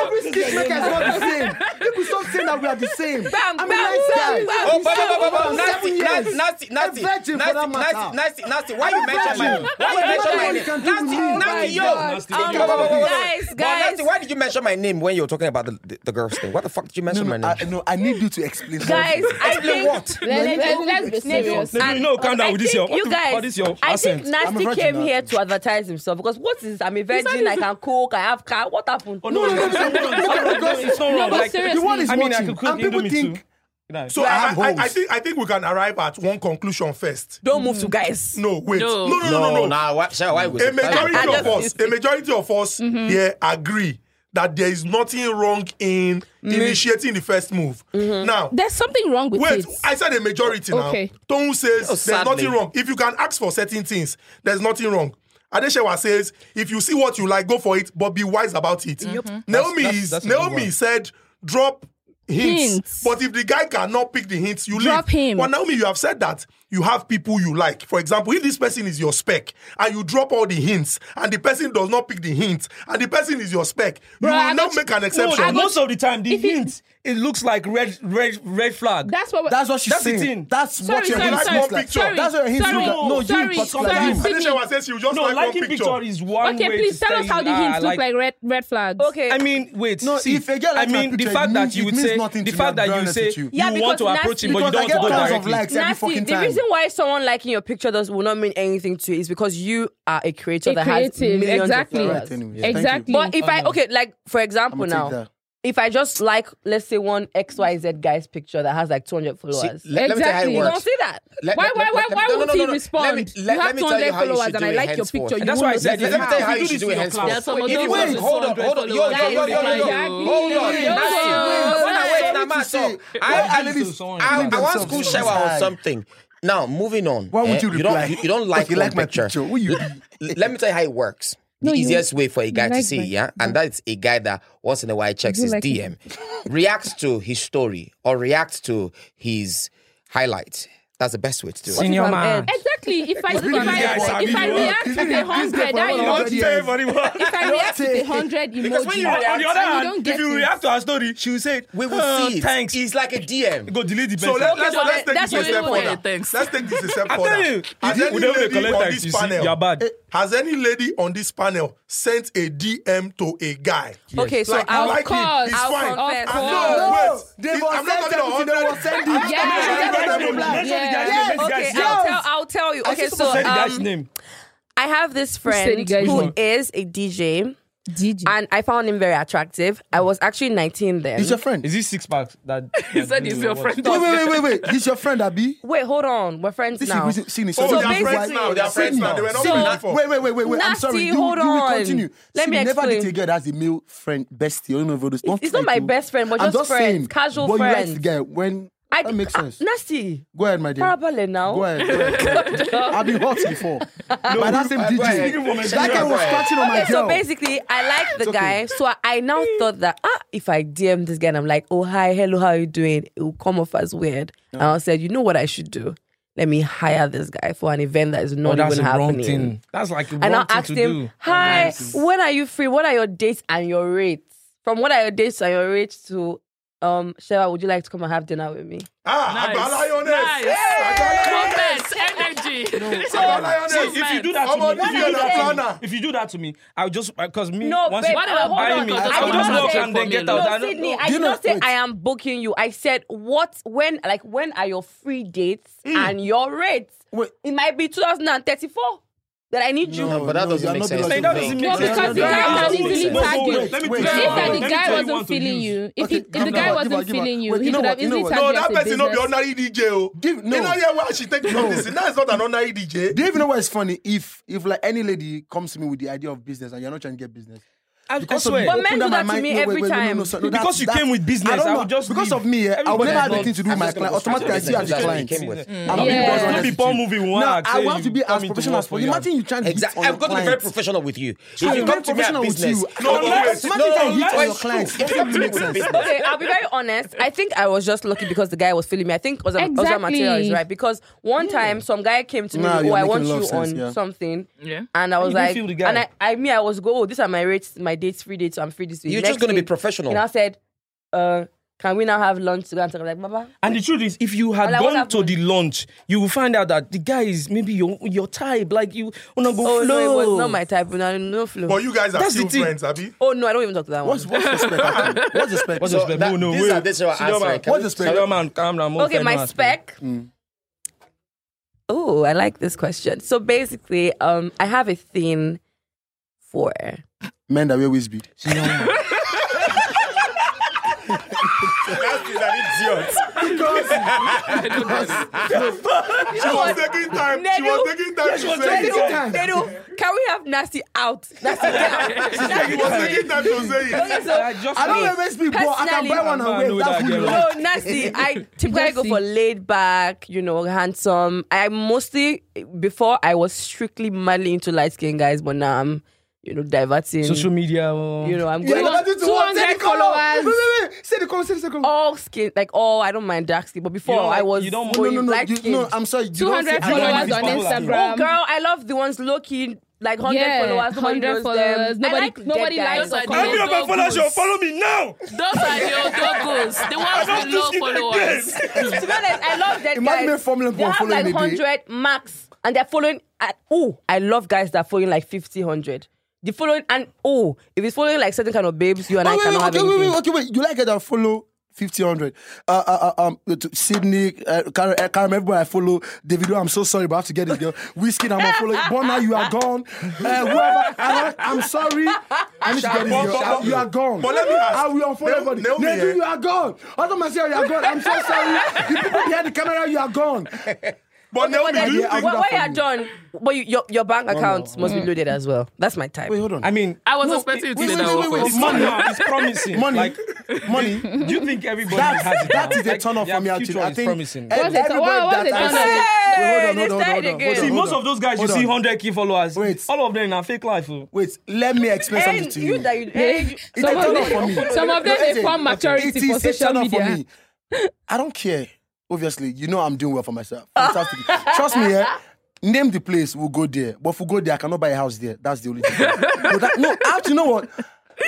Every Peacemaker is not the same. People stop saying that we are the same.
Bam,
I'm
bam,
a nice
bam,
guy.
bam.
Oh,
We
but,
served
but, but,
for
but,
over
nasty,
seven years.
nasty, nasty, nasty,
A virgin for that
nasty,
matter.
nasty, nasty, nasty. Why you mention my name?
virgin.
Why you
I'm a
mention my
virgin.
name?
You can do
Nasty,
me. Um,
nasty, yo.
Oh my
Nasty,
God.
yo, yo, yo, yo, yo.
Guys,
But
guys.
Nasty, why did you mention my name when you were talking about the, the, the girl's thing? Why the fuck did you mention
No,
my
no,
name?
I, no, I need you to explain.
Guys,
something.
I
Explain
think
what?
Let, us be serious.
Maybe you know, calm down
I
with this
think
your-
You
what the-
guys,
what is your
I
accent?
think Nasty
I'm a virgin
came
now.
here to advertise himself because what is I'm a virgin, I can cook, I have car. What happened?
no, no, no, no, no, no, no, it's not
No,
wrong.
but
Like,
seriously.
the world is
I mean, I
watching,
could cook
and people
Indomie
think
too. You know,
So
I
I,
have
I, I
holes.
think I think we can arrive at one conclusion first.
Don't move to guys.
No, wait.
No.
No, no, no, no, no.
nah, why, Sarah, why would
A majority
I
of
just-
us, a majority of us here agree that there is nothing wrong in initiating the first move. Now,
There's something wrong with
Wait,
it.
I said a majority
Okay.
now. Tongu
Oh,
says there's
sadly.
nothing wrong. If you can ask for certain things, there's nothing wrong. Adeshewa says, if you see what you like, go for it, but be wise about it.
Mm-hmm.
Naomi
That's-
is
that's- that's a good
Naomi
one.
said, drop hints.
Hints.
But if the guy cannot pick the hints, you
Drop
leave.
him.
Well, Naomi, you have said that you have people you like. For example, if this person is your spec and you drop all the hints and the person does not pick the hints and the person is your spec,
Bro,
you will
I
not
got-
make an
No,
exception.
most of the time, the
If you-
hint it looks like red, red, red flag.
That's what.
That's what she's
That's the
saying.
thing.
That's what
Sorry,
your
sorry,
like
hints
sorry,
look
one
like.
picture.
sorry.
That's what your hints
sorry,
look like. No, you
sorry,
particularly.
sorry,
You.
Sydney.
Adeshewa says she will just
no,
like one
liking
picture.
picture is one
Okay,
way.
please
to
tell
say
us how the
you are,
hints look
like-
like red red flags.
Okay.
I mean, wait.
No,
see,
if a girl
I
likes my
mean, the
picture,
fact
it
that
means-
you
it
would
means
say,
nothing
the
to me,
fact
I'm
that
very
you
honest
say
with you.
you
Yeah,
want to
because
approach him,
nasty-
but you
Because I
don't want to
get
go
tons of
directly.
likes every
Nasty,
fucking
the
time.
reason why someone liking your picture does will not mean anything to you is because you are a creator
A
that has
creative,
millions
exactly.
of
All
followers.
right, anyways. Thank you.
Exactly.
But if I
no.
okay, like for example
I'ma take
now,
that.
if I just like let's say one XYZ guy's picture that has like 200 followers,
let, let me tell you how
Exactly.
it
you
works.
don't see that.
Let-
why
let-
why
let-
why
let-
why
no, no,
won't
no,
he
no, no.
respond?
Let me- let-
you
let
have
me tell you
200
how you
followers
should
and I
do it
like your
henceforth.
picture.
And that's why I
won't
said
know
Let
this.
let me
how.
tell you how you
do
should do
this
it
to your
henceforth.
class.
That's almost
If you-
almost
Wait, hold on,
almost
hold on, hold on,
almost
hold on, hold
almost
on,
Exactly.
hold on,
almost
Hold
nasty. Hold on,
on,
wait,
sorry
now, man,
to say,
so
why
I, I,
ladies
do
I,
someone
like
I want
themselves
school
so
shower or
high?
something. Now, moving on.
Why
eh,
would you reply?
don't, you, you don't like,
you
one
like my picture. Who you be?
Let me tell you how it works. The
No, you-
easiest way for a guy
you like
to see,
my-
it, yeah, and that's a guy that once in a while checks
do
his
like my-
DM, reacts to his story or reacts to his highlight. That's the best way to do it.
Senior
I'm
man.
Ed?
Exactly. If I if
Really, these guys
I
are
if I
really
react
working.
with a hundred, that
Really,
emoji.
really
Tell everybody what.
If I react with a
Don't
hundred
Because when
emoji,
you
On
react-
the other
and you
hand,
don't
if
get
you
it.
react to her story, she will say,
We will
"Uh,
see it.
Thanks.
It's like a DM.
Go delete the best.
So let, let's,
what
let's
I-
take
that's
this a
what
step
I wanted,
further.
thanks.
Let's take this a step
I
further.
tell you,
Has
if
any
you don't
lady
collect
on
tax,
this
you see,
panel-
you're bad.
Eh, Has any lady on this panel sent a DM to a guy?
Okay, so
like, I
I'll
like him.
course,
He's
I'll
fine.
confess.
Ah,
No,
No, wait.
they
It-
were
I'm not
sent
talking
everything they were
about
sending.
Yeah,
yeah,
I'm not
yeah.
sure the guy's
Yeah.
name, but the
Okay,
guy's
I'll
name.
tell, I'll tell you.
I
Okay,
see
so
someone
Say the guy's
um,
name.
I have this
said the
friend
guy's
who
name?
is a DJ,
DJ.
and I found him very attractive. I was actually 19 then.
He's your friend.
Is this six pack that
He said he's your friend.
Wait, wait, wait, wait, wait. He's your friend, Abi.
Wait, hold on. We're friends
This
now.
is Sydney.
Oh,
So
they are friends
basically-
now. They are friends now. They were not
So-
friends before.
Wait, wait, wait, wait, wait. I'm
Nasty,
sorry. You,
hold
you will
on.
continue.
Let
See,
me
never
explain.
date a girl that's a male friend, bestie. I don't know if all those. Don't
It's not
try
my
to-
best friend, but
I'm
just friends,
saying,
casual
but you
friends.
like the guy when
I-
that makes
ah,
sense.
Nasty.
Go ahead, my dear.
Parabole now.
Go ahead. go ahead. I've been hot before. By that
uh,
same
go ahead.
DJ. That guy was
Go ahead.
scratching on my
Okay, so
girl.
basically, I like the
It's okay.
guy. So I, I now thought that ah, if I DM this guy and I'm like, oh hi, hello, how you doing? It will come off as weird. And I said, you know what I should do? Let me hire this guy for an event that is
Oh,
not
that's
even
a
happening.
wrong thing. That's like a
And I
wrong thing
asked
to
him,
do.
hi, when are you free? What are your dates and your rates? From what are your dates and your rates to um, Sheva, would you like to come and have dinner with me?
Ah,
Nice.
Abala Yones.
Nice.
Abala Yones.
Moments, energy.
Abala Yones.
See, if you do that to
Omo,
me, if
this
you do
is a
that to
planner.
me, if you do that to me, I'll just because me
No,
once
babe,
you
uh, hold
buy
on.
me,
I
I'll
did
just
not
walk
say-
and then get
No,
out.
No,
I don't-
Sydney,
no.
I
Do you
did
know-
not say
wait.
I am booking you. I said what when like when are your free dates
Mm.
and your rates?
Wait.
It might be 2034 that I need
No,
you.
but that
no,
doesn't
you're
make
not
sense.
the
Like, that
right
doesn't
one.
make
No,
sense.
because the guy can easily
No, no,
tag you.
wait, let me
Wait,
tell you
wait,
If
what-
that the
let me
guy
tell you
wasn't
what to
feeling
use.
you, if,
Okay,
he, if the
give her
guy
what, give her,
wasn't
give her.
feeling you,
Wait,
he
you know
could
what,
have
you know
easily
what?
tagged
No,
you
that
as a
person not be
business.
ordinary DJ.
Give-
You
no.
know yeah, why she take from this. That's not an ordinary DJ.
Do you even know what's funny? If if like any lady comes to me with the idea of business and you're not trying to get business,
I- I
of
swear.
me,
But
opened
men do
up my
that to
mind-
me
no, wait,
every
wait, wait, no,
time.
no, so- no,
Because you came with business,
I, don't
I would
know.
just
because
leave.
of me, yeah, I would
Everybody
never have
knows.
anything to do with
I'm
my
just gonna
client.
go
Automatically, I
straight
see
to
you as a
the
client.
business that you came
I'm not
Yeah.
being
Because
bothered
no
with
be porn
you.
movie
No,
wag,
I
say
want
you
to be
come
as
into
professional as
work for
possible.
you.
Imagine you trying to hit
Exactly.
on your
I've got to be very
clients.
professional with you. If
I'm
you
very
come to me
professional
at
with
business,
you. No,
but
no,
wait.
automatically, I hit on your
No,
clients.
if you come to me with business,
Okay, I'll be very honest. I think I was just lucky because the guy was feeling me. I think Oza
Exactly.
Oza Material is right because one time some guy came to me,
Nah,
oh,
you're
I
making
want
a lot
you
of sense,
on
yeah.
something,
Yeah.
and I was
you didn't
like,
feel the guy.
and I, I mean, I was go, oh, these are my rates, my date's free date, so I'm free this week.
You're just
Next
gonna be
week,
professional.
He now said, uh, can we now have lunch together? And I'm like, Baba,
And the truth is, if you
Well,
had
like, what
gone to
happened?
the lunch, you will find out that the guy is maybe your your type. Like you wanna go
oh
flow.
no, it was not my type. No, no flow.
But you guys are
That's the
still
thing.
friends, Abby.
oh no, I don't even talk to that
What's
one.
what's the spec? Actually, What's the spec?
What's the spec?
that-
no, no,
these
wait.
are- this is what I asked, right? Can
What's
we-
the spec?
Sorry,
man, calm down.
Okay,
Mofe, no
my
ask
spec. Oh, I like this question. So basically, um, I have a thing for
Men that wear waist bead.
me. No, man.
That's an idiot. She was taking time. She was taking time. to say it.
Nedu, Nedu, can we have nasty out? Nasty out.
She was taking time to say it.
Okay, so
I just
I don't
know.
wear waist bead, but I can
Personally-
buy one
Man,
and
no,
wear. That's
that
who you
girl.
like.
No, nasty. I typically go
Nasty.
for laid back, you know, handsome. I mostly before I was strictly madly into light skinned guys, but now I'm, you know, diverting.
social media. uh,
you know, I'm
Yeah,
going
but that's it to what? Say
200
the color.
followers.
Wait, wait, wait. Say the color. Say the color.
all skin like oh I don't mind dark skin, but before
don't
I
like-
was
you don't-
No,
going
no, no,
light
you-
skin. Oh,
no. I'm sorry. You
Two
don't say
hundred
I
followers
don't like this
on
popular thing.
Instagram.
Girl, I love the ones low key, like hundred
Yeah,
followers. Nobody
100
knows
followers.
Them.
Nobody-
I like dead
nobody
guys.
likes or
Those are
comments.
the
Dogos.
Follow me now.
Those are your doggos. The ones with low followers.
to be honest, I love dead
Imagine
guys.
a Formula
they
One
have
following
like
a day.
hundred max, and they're following. At, oh, I love guys that are following like 50, 100. The following and oh, if it's following like certain kind of babes, you and I
Wait, wait, wait,
cannot
okay,
have
wait,
anything.
wait, okay, wait. You like it? I follow 50, 100. Uh, uh, uh, um, to Sydney, uh, Karen, uh, Karen, everybody I follow. Davido, I'm so sorry, but I have to get this girl. Whiskey, I'm gonna follow. But now you are gone. Uh, whoever, I, am sorry. I need to get this
But-
girl.
but- but-
you are gone.
but let me ask.
I will unfollow
Naomi-
everybody.
Naomi,
Naomi,
eh?
you are gone. Other myself, you are gone. I'm so sorry. You people behind the camera, you are gone.
But Naomi,
But
do you
yeah,
think
I-
when, when
that
you're done, but you, your your bank account must be loaded as well. That's my type.
Mm. Wait, hold on.
I mean,
I was expecting you to
wait,
say
wait,
that.
wait,
one
wait,
first.
wait.
money is promising.
money,
Like,
money.
do you think everybody has
That's,
it?
that
now?
is a
Like,
turn off
their
for me. Actually,
future
I
is
think
promising.
eh,
What's it-
everybody
what- what's it
that I
turn
see-
off?
Wait,
Hey,
hold on,
they started
hold on, hold on, hold on,
again.
hold
See,
on,
most
hold
of those guys you
Hold
see
on.
100k followers,
Wait.
all of them na fake life. oh.
Wait, let me explain something
And
to
you
you.
that you,
Hey,
hey,
It's
some
a
of
turn off
them-
for me.
some of them,
No,
they
it's a-
form maturity
it is
for
a
social
turn off
media.
I don't care. Obviously, you know I'm doing well for myself. Fantastic. Trust me, yeah. Name the place, we'll go there. But if we go there, I cannot buy a house there. That's the only thing. But that- no, actually, you know what?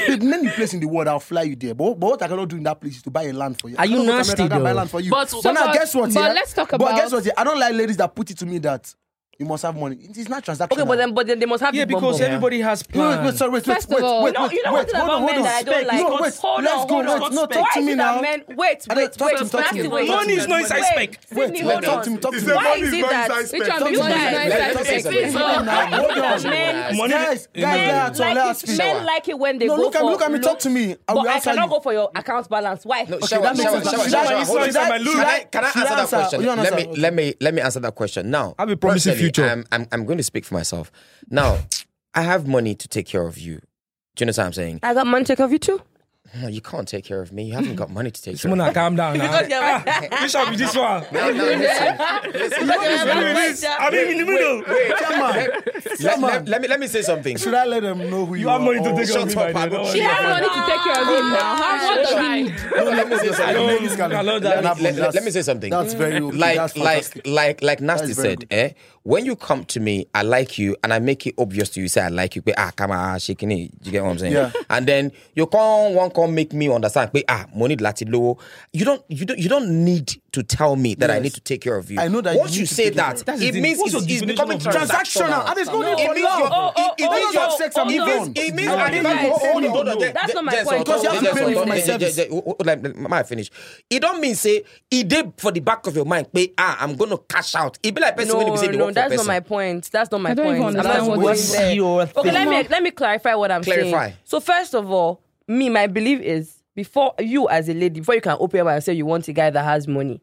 Babe, name the place in the world, I'll fly you there. But, but what I cannot do in that place is to buy a land for you.
Are
I
you
cannot go to
nasty,
America and buy
though?
land for you.
But-
But,
So,
now,
but-
guess what?
but
yeah?
let's talk
But
about-
guess what? Yeah? I don't like ladies that put it to me that you must have money. It is not transactional.
Okay, but then but then they must have
Yeah,
the bum
because
bum.
everybody has
Wait, wait, wait,
plans.
sorry, wait,
First
wait,
of all-
wait,
No,
wait,
you know
wait,
what's
hold
about
on,
men
hold
that I
on.
don't like?
No, wait,
Hold on,
let's go,
hold on.
wait, no,
Why
talk to
is
me
it that
now.
men? Wait,
I
wait,
don't- talk
wait.
to me, talk to me.
Nasty,
Money is not
wait,
inside spec.
Wait,
Wait,
Sydney,
wait,
hold
talk to me,
on.
talk to
It's
me.
a
Why
money
is
is
it
not
that-
inside
Which
spec.
one? Which one is
Sometimes-
nice?
Let's
Like,
take
sexy?
it.
Hold on.
Now, hold on.
Men-
Guys,
Money-
guys, guys, so
Men
let's
like, it,
speak.
men like it when they
No,
go
look at
for
me, look at me, talk to me. I
But
will
I
answer
cannot
you.
go for your account balance. Why?
No,
Okay,
Shower,
that makes
shower,
sense.
shower,
Should
shower,
I-
shower.
should I-
Should I- should
should I-
I- Can I answer
should I
that
answer?
question?
You don't
Let
answer,
me
okay.
let me let me answer that question now.
I'll be promising
personally,
future.
I'm, I'm I'm going to speak for myself now. I have money to take care of you. Do you understand what I'm saying?
I got money check of you too.
No, you can't take care of me. You haven't got money to take care of me.
Mona, calm down. now.
Because you're like-
Ah, Which shall be this one?
No, no, listen.
I'm in the middle.
Chairman,
Let,
Chairman,
let- let me let me say something.
should I let them know who you,
You have money to
or-
take
Shut
on me
up,
by
I
then.
got
Don't
you.
She
worry.
has money to take care of him now. How what does he need?
No, let me say
I
something.
don't know this guy.
I love
That
that.
Let- let-
happens.
let me say something.
That's very okay.
like
That's
like
fantastic.
like like
That
nasty
is very
said
good.
eh when you come to me i like you and i make it obvious to you say i like you but ah come on ah, shaking it you get what i'm saying
Yeah.
and then you come one come make me understand but ah money lati low you don't you don't you don't need to tell me that i
Yes.
need to take care of you
I know that
once
you
you,
need to
say
take care
that
of-
That's the
it
thing.
means it's,
What's your
it's
definition
becoming
of
transactional
transactional and there's no need
it
for
means you're-
love.
it- it
oh,
means
oh,
you're-
oh,
sex and
it
move
means-
on.
it means
No,
I didn't
guys,
go- hold
no,
on, hold on.
no.
There-
That's not my
there's
point.
some-
Because you have to
there's
pay
some-
me for my
yeah, yeah,
service.
yeah, yeah. Oh, oh, Let let- may I finish. It don't mean say it did for the back of your mind. Pay ah, I'm gonna cash out. It be like person when
No,
they say they
no,
work for
that's not
person.
my point. That's not my
I don't
point.
even
I'm
understand
not
what
going
you
there.
mean. What's your
Okay, let me
thing?
let me clarify what I'm
Clarify.
saying. So first of all, me, my belief is before you as a lady, before you can open up and say you want a guy that has money,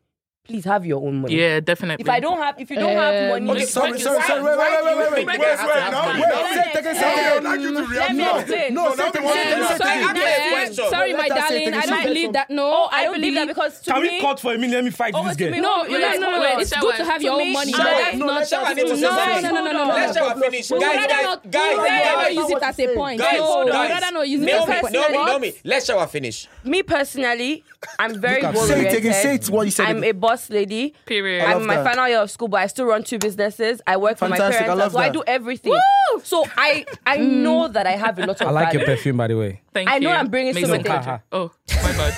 please have your own money.
Yeah, definitely.
If I don't have, if you don't have
Um,
money,
Okay,
Sorry, sorry, sorry, wait, wait, wait, wait, wait.
Wait, wait,
Wait, wait,
now
wait,
we now
wait,
we-
take a
now we
second.
would like you to react.
Let me explain.
No, no,
No,
now we
say take
want
a
to
second.
react.
Yeah, sorry,
Answer the
dear.
question.
Sorry,
Let
my
us say
darling. I
things.
don't believe that. No,
Oh,
I,
I
don't
believe that because to
Can
me,
we cut for a minute? Let me fight
Oh,
this
to
girl.
me,
No,
no,
you guys,
no,
hold
no,
on.
no.
It's
Shower.
good to have your
To
own
me,
money,
shower.
but that's
No,
not
let's shower.
just.
I need to say
No, no,
something.
no, no, no,
Let's
no.
shower finish.
We would
Guys,
rather
guys,
not- we
guys,
would rather not
guys.
use it as a point.
Guys,
No, we would
guys.
rather not use it as
Naomi,
a point.
Naomi,
What?
Naomi, let's shower finish.
me personally, I'm very
Look at-
goal
Say it again, say
oriented.
it what you said
I'm
again.
a boss lady.
Period.
I'm
love
in my
that.
final year of school, but I still run two businesses. I work for my
Fantastic, I
parents.
love
so I
that.
do everything. So I I
Mm.
know that I have a lot of
I like your
value.
perfume, by the way.
Thank
I
you.
know I'm bringing so
Maison
much
Carter.
energy.
Oh, my bad.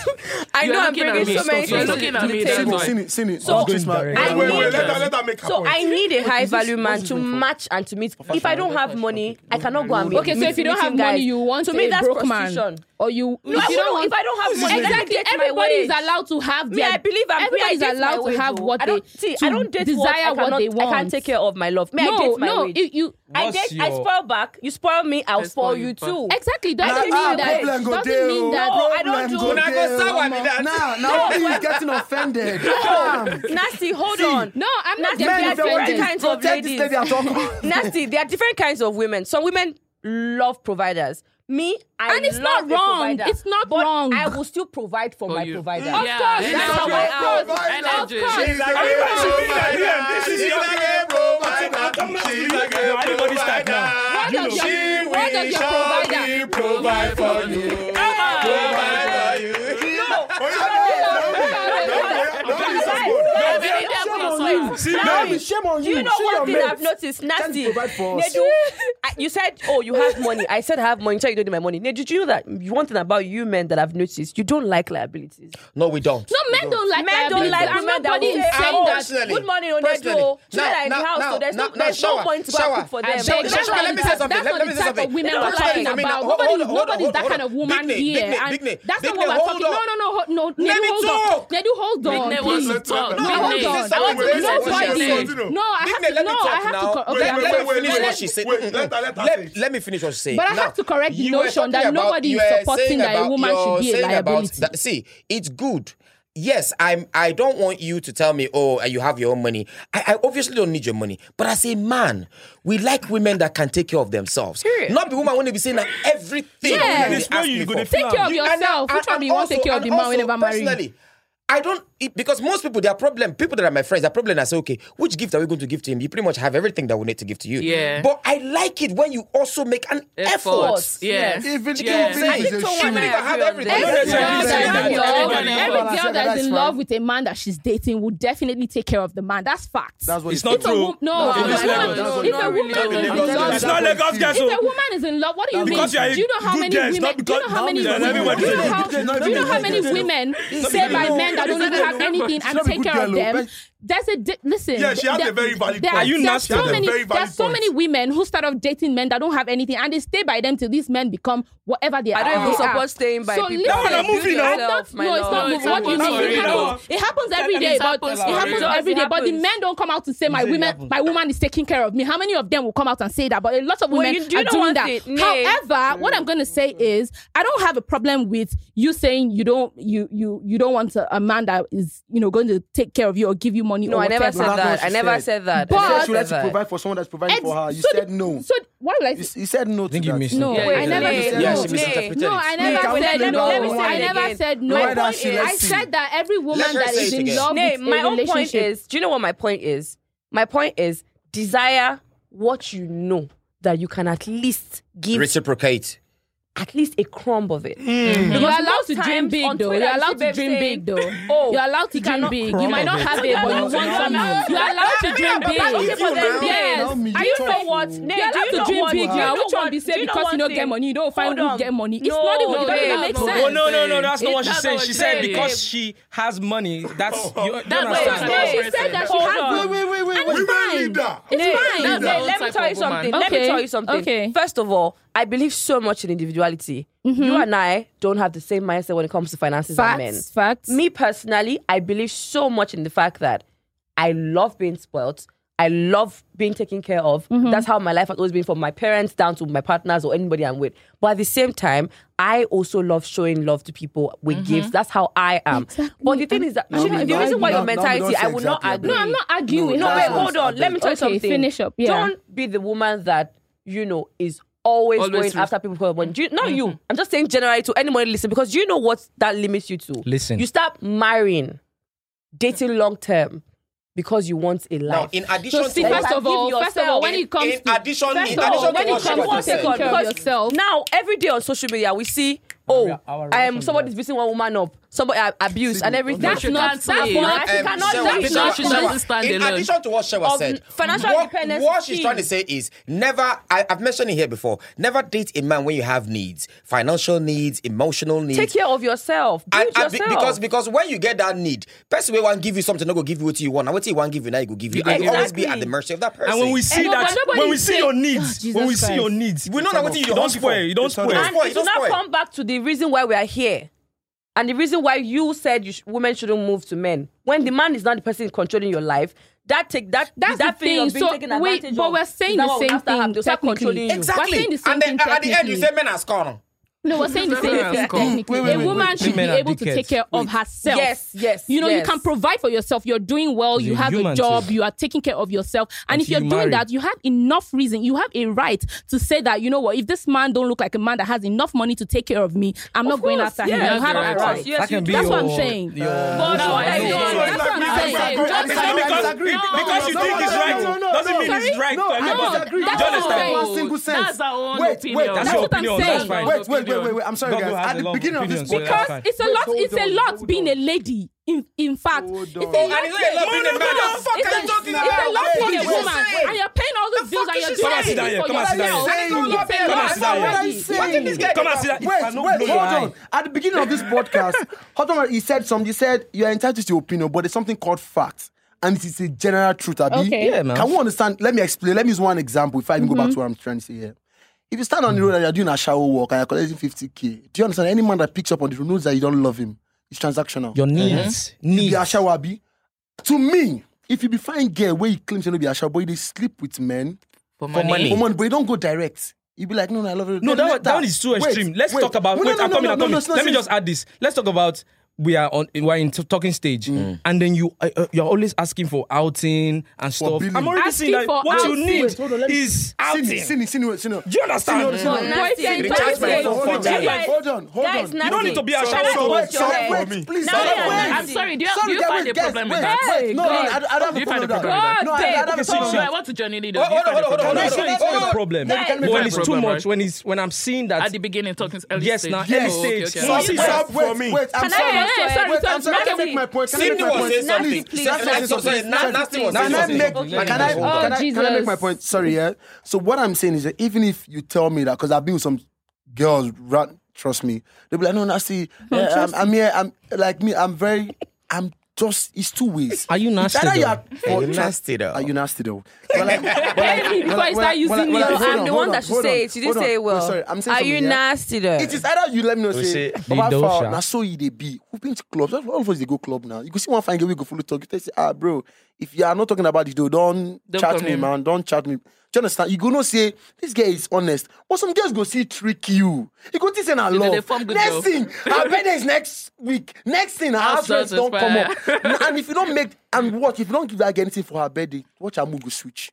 I
You're
know I'm
looking at
bringing
me.
so many
You're
things
looking
to
at
the
me.
table.
That's why.
Seen it, seen it.
So-
I'll do this, man.
Wait,
Wait,
I
wait,
need-
wait. Let her, let her make her
So
point.
I need a high
this-
value
what
man
is
to
this for?
match and to meet. If I don't have money, I cannot go and meet.
Okay, so if you don't
meet
have
him, guys.
money, you want
to me
a
that's
broke
prostitution.
man, or you.
No, I
if you
wouldn't-
don't want,
if I don't have money, let me
exactly.
get my
Everybody is
wage.
allowed to have.
Me,
their-
I believe I'm
everybody
I
is
date my
allowed to
wage,
have
though.
what
I don't,
they
see,
to
I don't date what,
desire
I cannot,
they want.
I can't take care of my love. Me,
No,
I date my
no,
wage.
you- you.
I
What's
date, I
your-
spoil back. You spoil me, I'll
I
spoil
spoil
you
you
too.
back.
Exactly doesn't
ah,
mean that
problem go
doesn't
dey,
mean
oh.
that.
No, I don't
Problem
do-
go
Una
go
dey,
sour
omo.
be that.
Nah, now Obi is getting offended. Damn.
Nasty, hold
See,
on.
No, I'm not
Men,
getting
if you're
offended.
right, kinds of
Protect this
ladies.
lady at all costs.
Nasty, there are different kinds of women. Some women love providers. Me, I
And it's
love
not
a
wrong.
provider,
It's not
but
wrong.
I will still provide for,
For
my
you.
provider.
Of
Yeah.
course,
That's
that's
how
how
I
I
am.
am.
Of course.
Energy.
Everybody should be like
provider.
them. This is
She's
your
a
game, bro. She's a game
Everybody start now.
provider.
What does your, what does your provider?
We provide for you. Provide for you. No.
I've been in there for your soul.
See,
Now
baby.
it's shame on
Do
you.
you know
Shame
one
on
thing
me.
I've noticed? Nasty.
provide for us.
Nedu, I- you said, oh, you have money. I said I have money. Tell you don't need my money. Nedu, do you know that one thing about you men that I've noticed? You don't like liabilities.
No, we don't.
No, men don't like
men
liability.
don't like
I'm
women
not
that
body
will
is
say,
saying
"Oh,
that.
Personally,
Good money, on
personally.
Nedu. Now,
Now,
now, in the
now,
house,
now,
so there's no,
now,
there's
shower,
no point to go and
shower.
cook for
I beg,
them.
Shower,
That's
that's
shower,
why
not
let
the
me say
I'm-
type-
something,
That's
let
not the
me say
type of
something.
women
No,
we're
hold on,
talking
hold on,
about.
hold on,
Nobody,
hold on, hold
nobody's
on,
that
hold
kind of
on.
woman
Big name,
here.
big name,
and
big name.
That's
Big
not what
name,
we're talking.
hold
No, no, no, hold- no,
Let
Nedu,
me
hold on.
talk.
Nedu, hold on,
Nick
please.
wants to talk.
No,
Nick
hold
Nate.
on. I
I want to
want
listen to
to
what she
nobody.
said.
No, I
Big
have
name,
to.
let me
No, I
talk
have
now.
to. co-
Let
okay,
let me
wait,
finish
wait,
what she said.
wait,
Mm-mm.
let her- let her
Let-
finish.
Let me finish what she said.
But I
Now,
have to correct the
you were
notion that
talking about-
nobody is
you were
supporting
saying
that a
about-
woman
you're
should be a
saying about
liability.
that- See, it's good. Yes, I'm. I don't want you to tell me, oh, you have your own money. I, I obviously don't need your money, but as a man, we like women that can take care of themselves.
Period.
Not the woman when they be saying that everything.
Yeah.
that they
This way
ask
you
me
go
for.
dey
Take care of
You-
yourself.
and now-
Which
and-
one do you
and
want to take
also-
care of the
and
man when
also,
never married?
Personally, I don't it, because most people their problem. People that are my friends, their problem. I say, okay, which gift are we going to give to him? You pretty much have everything that we need to give to you.
Yeah.
But I like it when you also make an effort.
Efforts. Yeah.
Even
Yeah.
yeah.
I
is
think
a
so
shoe.
when I
have
agree on
everything.
Every
this.
Every
Yeah,
girl
yeah,
that
yeah,
is in
yeah,
love- every
yeah, yeah,
girl that is
that's
in love
fine.
with a man that she's dating will definitely take care of the man. That's facts.
That's what
It's
you
not
If a
true.
wo- No,
No,
it's
it's
not.
not. No,
If
no,
a woman
really,
is
no.
in love,
It's not Lagos girls.
if
so-
a woman is in love, what do you mean?
Because you are a
Do you know how
good
many
girl, it's
women?
not
Do you know
because-
how many
Yeah,
women?
everybody
Do you know
is a
how-
good girl.
do you know how many
It's not even
women
not
say
even
by
good
men that
girl.
don't even have
It's
anything
not
and
even
take
good
care of
girl, oh.
them? There's a di- listen.
Yeah, she has
there-
a very valid
there
point. Are you
there
nasty? She
So
has a
many,
very valid
there's so
point.
many women who start off dating men that don't have anything and they stay by them till these men become whatever they are.
I don't even
they
support
are.
staying by
so
people.
That
Listen,
one, I'm
you
moving now.
are not-
My
No, it's not
love.
No,
moving.
it's
What do you
happened
mean? It
already.
happens. It happens every day, but
happens
it happens
already.
every day. But the
Happens.
men don't come out to say my
It
women,
happens.
my woman is taking care of me. How many of them will come out and say that? But a lot of
Well,
women
you do
are
know
doing
one
that.
thing. Nay. Mm-hmm.
However, what I'm going to say is, I don't have a problem with you saying you don't you you you don't want a, a man that is you know going to take care of you or give you money.
No,
or
I never
whatever.
No,
said
that's not
that.
what
I
she
never
said.
said that.
But-
I
You
never
said she likes
said
to
that.
provide for someone that's providing
Ex-
for her. You
so
said
the-
no.
So what will I
You
say?
s- you said no. to
think you
that.
missed
No,
it.
Wait,
I never
Nay,
said
Yeah,
no.
she
Nay.
misinterpreted.
No, I
Nick,
never
I won't
said
let
no.
her one
I
again.
never said
No,
no.
I
My
don't
point
see
is,
that
I
scene.
said that every woman
her
that
say
is
it
in
again.
love
Nay,
with
my
a
own point
relationship.
is, do you know what my point is? My point is, desire what you know that you can at least give
Reciprocate.
at least a crumb of it.
You're Mm. allowed to dream
sometimes
big
on
though.
Twitter,
You're
you
allowed
see
to
babes
dream big though.
saying, "Oh,
You're allowed to dream big. You might not have it, but you want something. You're allowed to dream
But
big.
that's okay for them.
Yes.
Now me,
Are
you
you know
talk.
what? Nay,
You're
do
allowed
you
to
know
dream
what?
big
Do you
now.
know
Which one
what-
be
do
say
you know
because you
one
don't
thing?
get money, you don't find
Hold
who
on.
get money. It's
No,
not even it
babe,
doesn't even make
no.
sense.
Oh,
Oh no no no! That's not what she
That's
said.
what
She
she
said
said.
because she has money. That's you, you
That's what
understand.
she
She
said.
said that she
Hold
has
on.
money.
Wait, wait, wait,
And
wait.
it's
Women
fine.
need that.
It's
Nay,
fine.
nay,
That's our own
let me
type
tell you
of woman.
something. Let me
Okay,
tell you something.
okay. Mm-hmm.
First of all, I believe so much in individuality. You and I don't have the same mindset when it comes to finances and men.
Facts. Facts.
Me personally, I believe so much in the fact that I love being spoilt. I love being taken care of.
Mm-hmm.
That's how my life has always been from my parents down to my partners or anybody I'm with. But at the same time, I also love showing love to people with
Mm-hmm.
gifts. That's how I am. But the thing is that
No,
Shini,
no,
the
no,
reason why
no,
your
no, no,
mentality,
don't say
I will not
exactly,
agree.
No, I'm not arguing.
No,
That's
wait,
what
hold
I'm
on. Let me tell you
Okay,
something.
finish up, yeah.
Don't be the woman that, you know, is always,
Always
going
res-
after people for money. Do you, not you. I'm just saying generally to anyone listen because do you know what that limits you to?
Listen.
You start marrying, dating long term because you want a
Now,
life.
in addition
So see,
to
first
Like,
of
give
all, first of all, when
yourself-
it comes
in
to
addition-
first
in
of all,
addition to
when
what
it
she
comes
was
to taking
saying.
care of
Because
yourself,
Now, every day on social media, we see oh,
our
I
reaction
am
to
somebody's beating one woman up, somebody uh, abuse and everything.
That's
You
not.
can't
That's
say.
not.
Um,
You cannot.
Shewa-
That's
Shewa-
not.
Shewa- doesn't stand
in
alone.
addition to what Shewa
Of
said,
financial
what,
independence
what
is
she's
key.
trying to say is never. I, I've mentioned it here before. Never date a man when you have needs, financial needs, emotional needs.
Take care of yourself. Do
And-
it
and be-
yourself.
because because when you get that need, person will want give you something, not go give you what you want. And what you want give you now, you go give you.
go
And you
give
always
you.
be at the mercy of that person.
And when we see
no,
that,
but nobody
when we
is
see
saying-
your
Ah,
needs,
Jesus
when we see
Christ.
your needs,
We know that what you
don't
want
spoil, you don't
It's not
spoil.
enough.
and
spoil,
it
don't
will not
spoil.
come back to the reason why we are here. And the reason why you said you sh- women shouldn't move to men. When the man is not the person controlling your life, that take that
That's
that
the
feeling
thing.
of being
So
taken
we-
advantage
but
of,
we're saying
is that
the
what will
same
after happen?
thing
They'll start
technically.
controlling you.
We're saying
exactly.
the same
and then
thing
at the end, you say
technically.
men are scorn.
No, we're saying the same
Yeah.
thing.
Wait,
Technically,
wait, wait,
a
wait.
woman should be
Women are
able to
dickheads.
take care of herself.
Yes, yes,
You know, you
yes.
can provide for yourself. You're doing well. You
You're
have a
human
job.
too.
You are taking care of yourself. And if
Until
you're
you
doing
marry.
that, you have enough reason. You have a right to say that. You know what? If this man don't look like a man that has enough money to take care of me, I'm not going
course,
after
yes,
him. You have
you're
a
right.
right.
Yes,
that can
you
be
do. That's
your,
what I'm saying.
Your,
But no, I
no,
don't.
no,
That's
no,
what I'm
no,
saying.
no, no,
Just
no,
say-
no, no,
because,
disagree.
because you
No, no,
think it's
no,
right
no, no,
doesn't
no.
mean
Sorry?
it's right.
No, I
to everybody.
don't disagree.
Do you
That's what I'm
understand?
saying.
one single sense.
That's our own
Wait,
opinion.
wait,
That's
that's
That's your
what I'm
opinion. That's
saying.
fine.
Wait, wait, wait, wait, wait. I'm sorry,
Dogo
guys.
has
At
a
the
lot of
beginning of this
opinions, so
Because
podcast-
that's fine.
it's a
Wait,
lot.
hold
It's a
on,
lot
hold
being a
on.
lady. In in fact,
Hold
it's a
on.
lot.
Oh,
and it's a lot being a man.
It's a-
Fuck are you talking
It's a
about?
lot
Wait,
being a
wait,
woman,
wait.
and you're paying all these bills,
fuck
and
is
you're
she
doing
saying?
everything
Come
for
and sit down
yourself.
here.
It's a
Come and sit down
lot
here. Come and sit down here. What are
already.
you
saying?
It's
Come and see that.
Wait,
I
wait,
don't
hold
blow your eye.
on. At the beginning of this podcast, hold on. He said something. He said you are entitled to your opinion, but there's something called fact, and it is a general truth. Abi,
Okay. Yeah,
man. Mm-hmm.
Can we understand? Let me explain. Let me use one example. If I even go back to what I'm trying to say here. If you stand on the road and you're doing a shower walk and you're collecting 50k, do you understand? Any man that picks up on the road knows that you don't love him. It's transactional.
Your needs,
You be
needs.
Asha Wabi. To me, if you be fine girl where you claim to not be Asha, but they sleep with men,
For
money.
money.
woman, but you don't go direct. You be like, no, no, I love you.
No,
Then
that,
let
one- that one is too
Wait,
extreme. Let's
wait.
talk about.
No, no,
wait,
no,
I'm coming.
no,
I'm
no,
coming.
no, it's not
Let me
serious.
just add this. Let's talk about we are on we're in t- talking stage,
Mm.
and then you uh, uh, you're always asking for outing and stuff.
billing.
I'm already
Asking
seeing that
for
what
outing.
you need
Wait, hold on, let me-
is outing.
Sini, Sini, Sini, wait, Sini.
Do you understand?
Sini, Sini.
No,
Boyfriend,
That's
Recharge my
it.
phone.
Hold
That's
on,
it.
hold on, hold
That
on.
is
You
You don't need to be
nasty.
a
Can I
shower.
hold
Wait,
your
sorry,
head?
for
wait,
me.
please,
Sorry,
sorry,
I'm-
wait.
I'm sorry, do you-
Sorry,
do you
guys,
find a
guys,
problem with
wait,
that?
Wait, no, no, I don't I don't have
Do
a
you find
problem with
a problem with
that.
that?
No, I I don't have a
Okay, so
So,
problem with
like,
that.
what to Johnny Lee do?
Hold on,
You find
hold on,
a
hold on,
I'm not
problem with
hold
that?
saying it's not
on.
a problem.
That is
When it's
not a
too
problem,
much,
right?
when it's when I'm seeing that.
At the beginning, talking early
Yes,
stage.
now,
Oh,
early
okay,
stage.
okay.
Sorry,
Wait,
sorry,
wait,
for me.
Wait, I'm
Can I-
sorry.
yeah,
Wait,
sorry,
wait,
sorry,
I'm sorry. Can I
sorry.
make my point? Can I
Sydney
make my
was
point?
saying
Please,
something.
please,
Sorry,
can I say
sorry,
something?
sorry, na- nasty was
Can
saying
I
something.
make?
Let me
Can I?
Oh,
just
Can
hold
I?
on.
Can I make my
Jesus.
point? Sorry, yeah. So what I'm saying is that even if you tell me that, because I've been with some girls, ra- trust me, they'll be like, no, nasty. Yeah, I'm, I'm here. I'm like me. I'm very. I'm just. It's two ways.
Are you
It's
nasty
either
though?
are-
Are you
or-
nasty though?
Are you nasty though? But like- but
Before
like- but like-
you
but
start
like-
using
but like-
me,
but like-
I'm
hold
I'm
on,
the
hold
one
on,
that should
hold
say
on,
it. She
hold
didn't
on.
say it well.
Oh, sorry, I'm saying
Are you
something, yeah.
nasty though?
It is either you let me know say,
say,
Baba
"They do
Fowl,
sha."
na so you dey be. We've been to clubs. All of us they go club now. You go see one fine girl, we go follow talk. You tell say, ah, bro, if you are not talking about it though, don't,
Don't
chat
come
me,
in.
man. Don't chat me. Do you understand? You go not say this guy is honest. But some girls go see trick you. You go think say na
dey
love.
form good
Next
girl.
thing, our birthday is next week. Next thing, our house
House
rent don't
rent
come
expire.
up. Na- and if you don't make and what if you don't give that girl anything for her birthday, watch her mood go switch.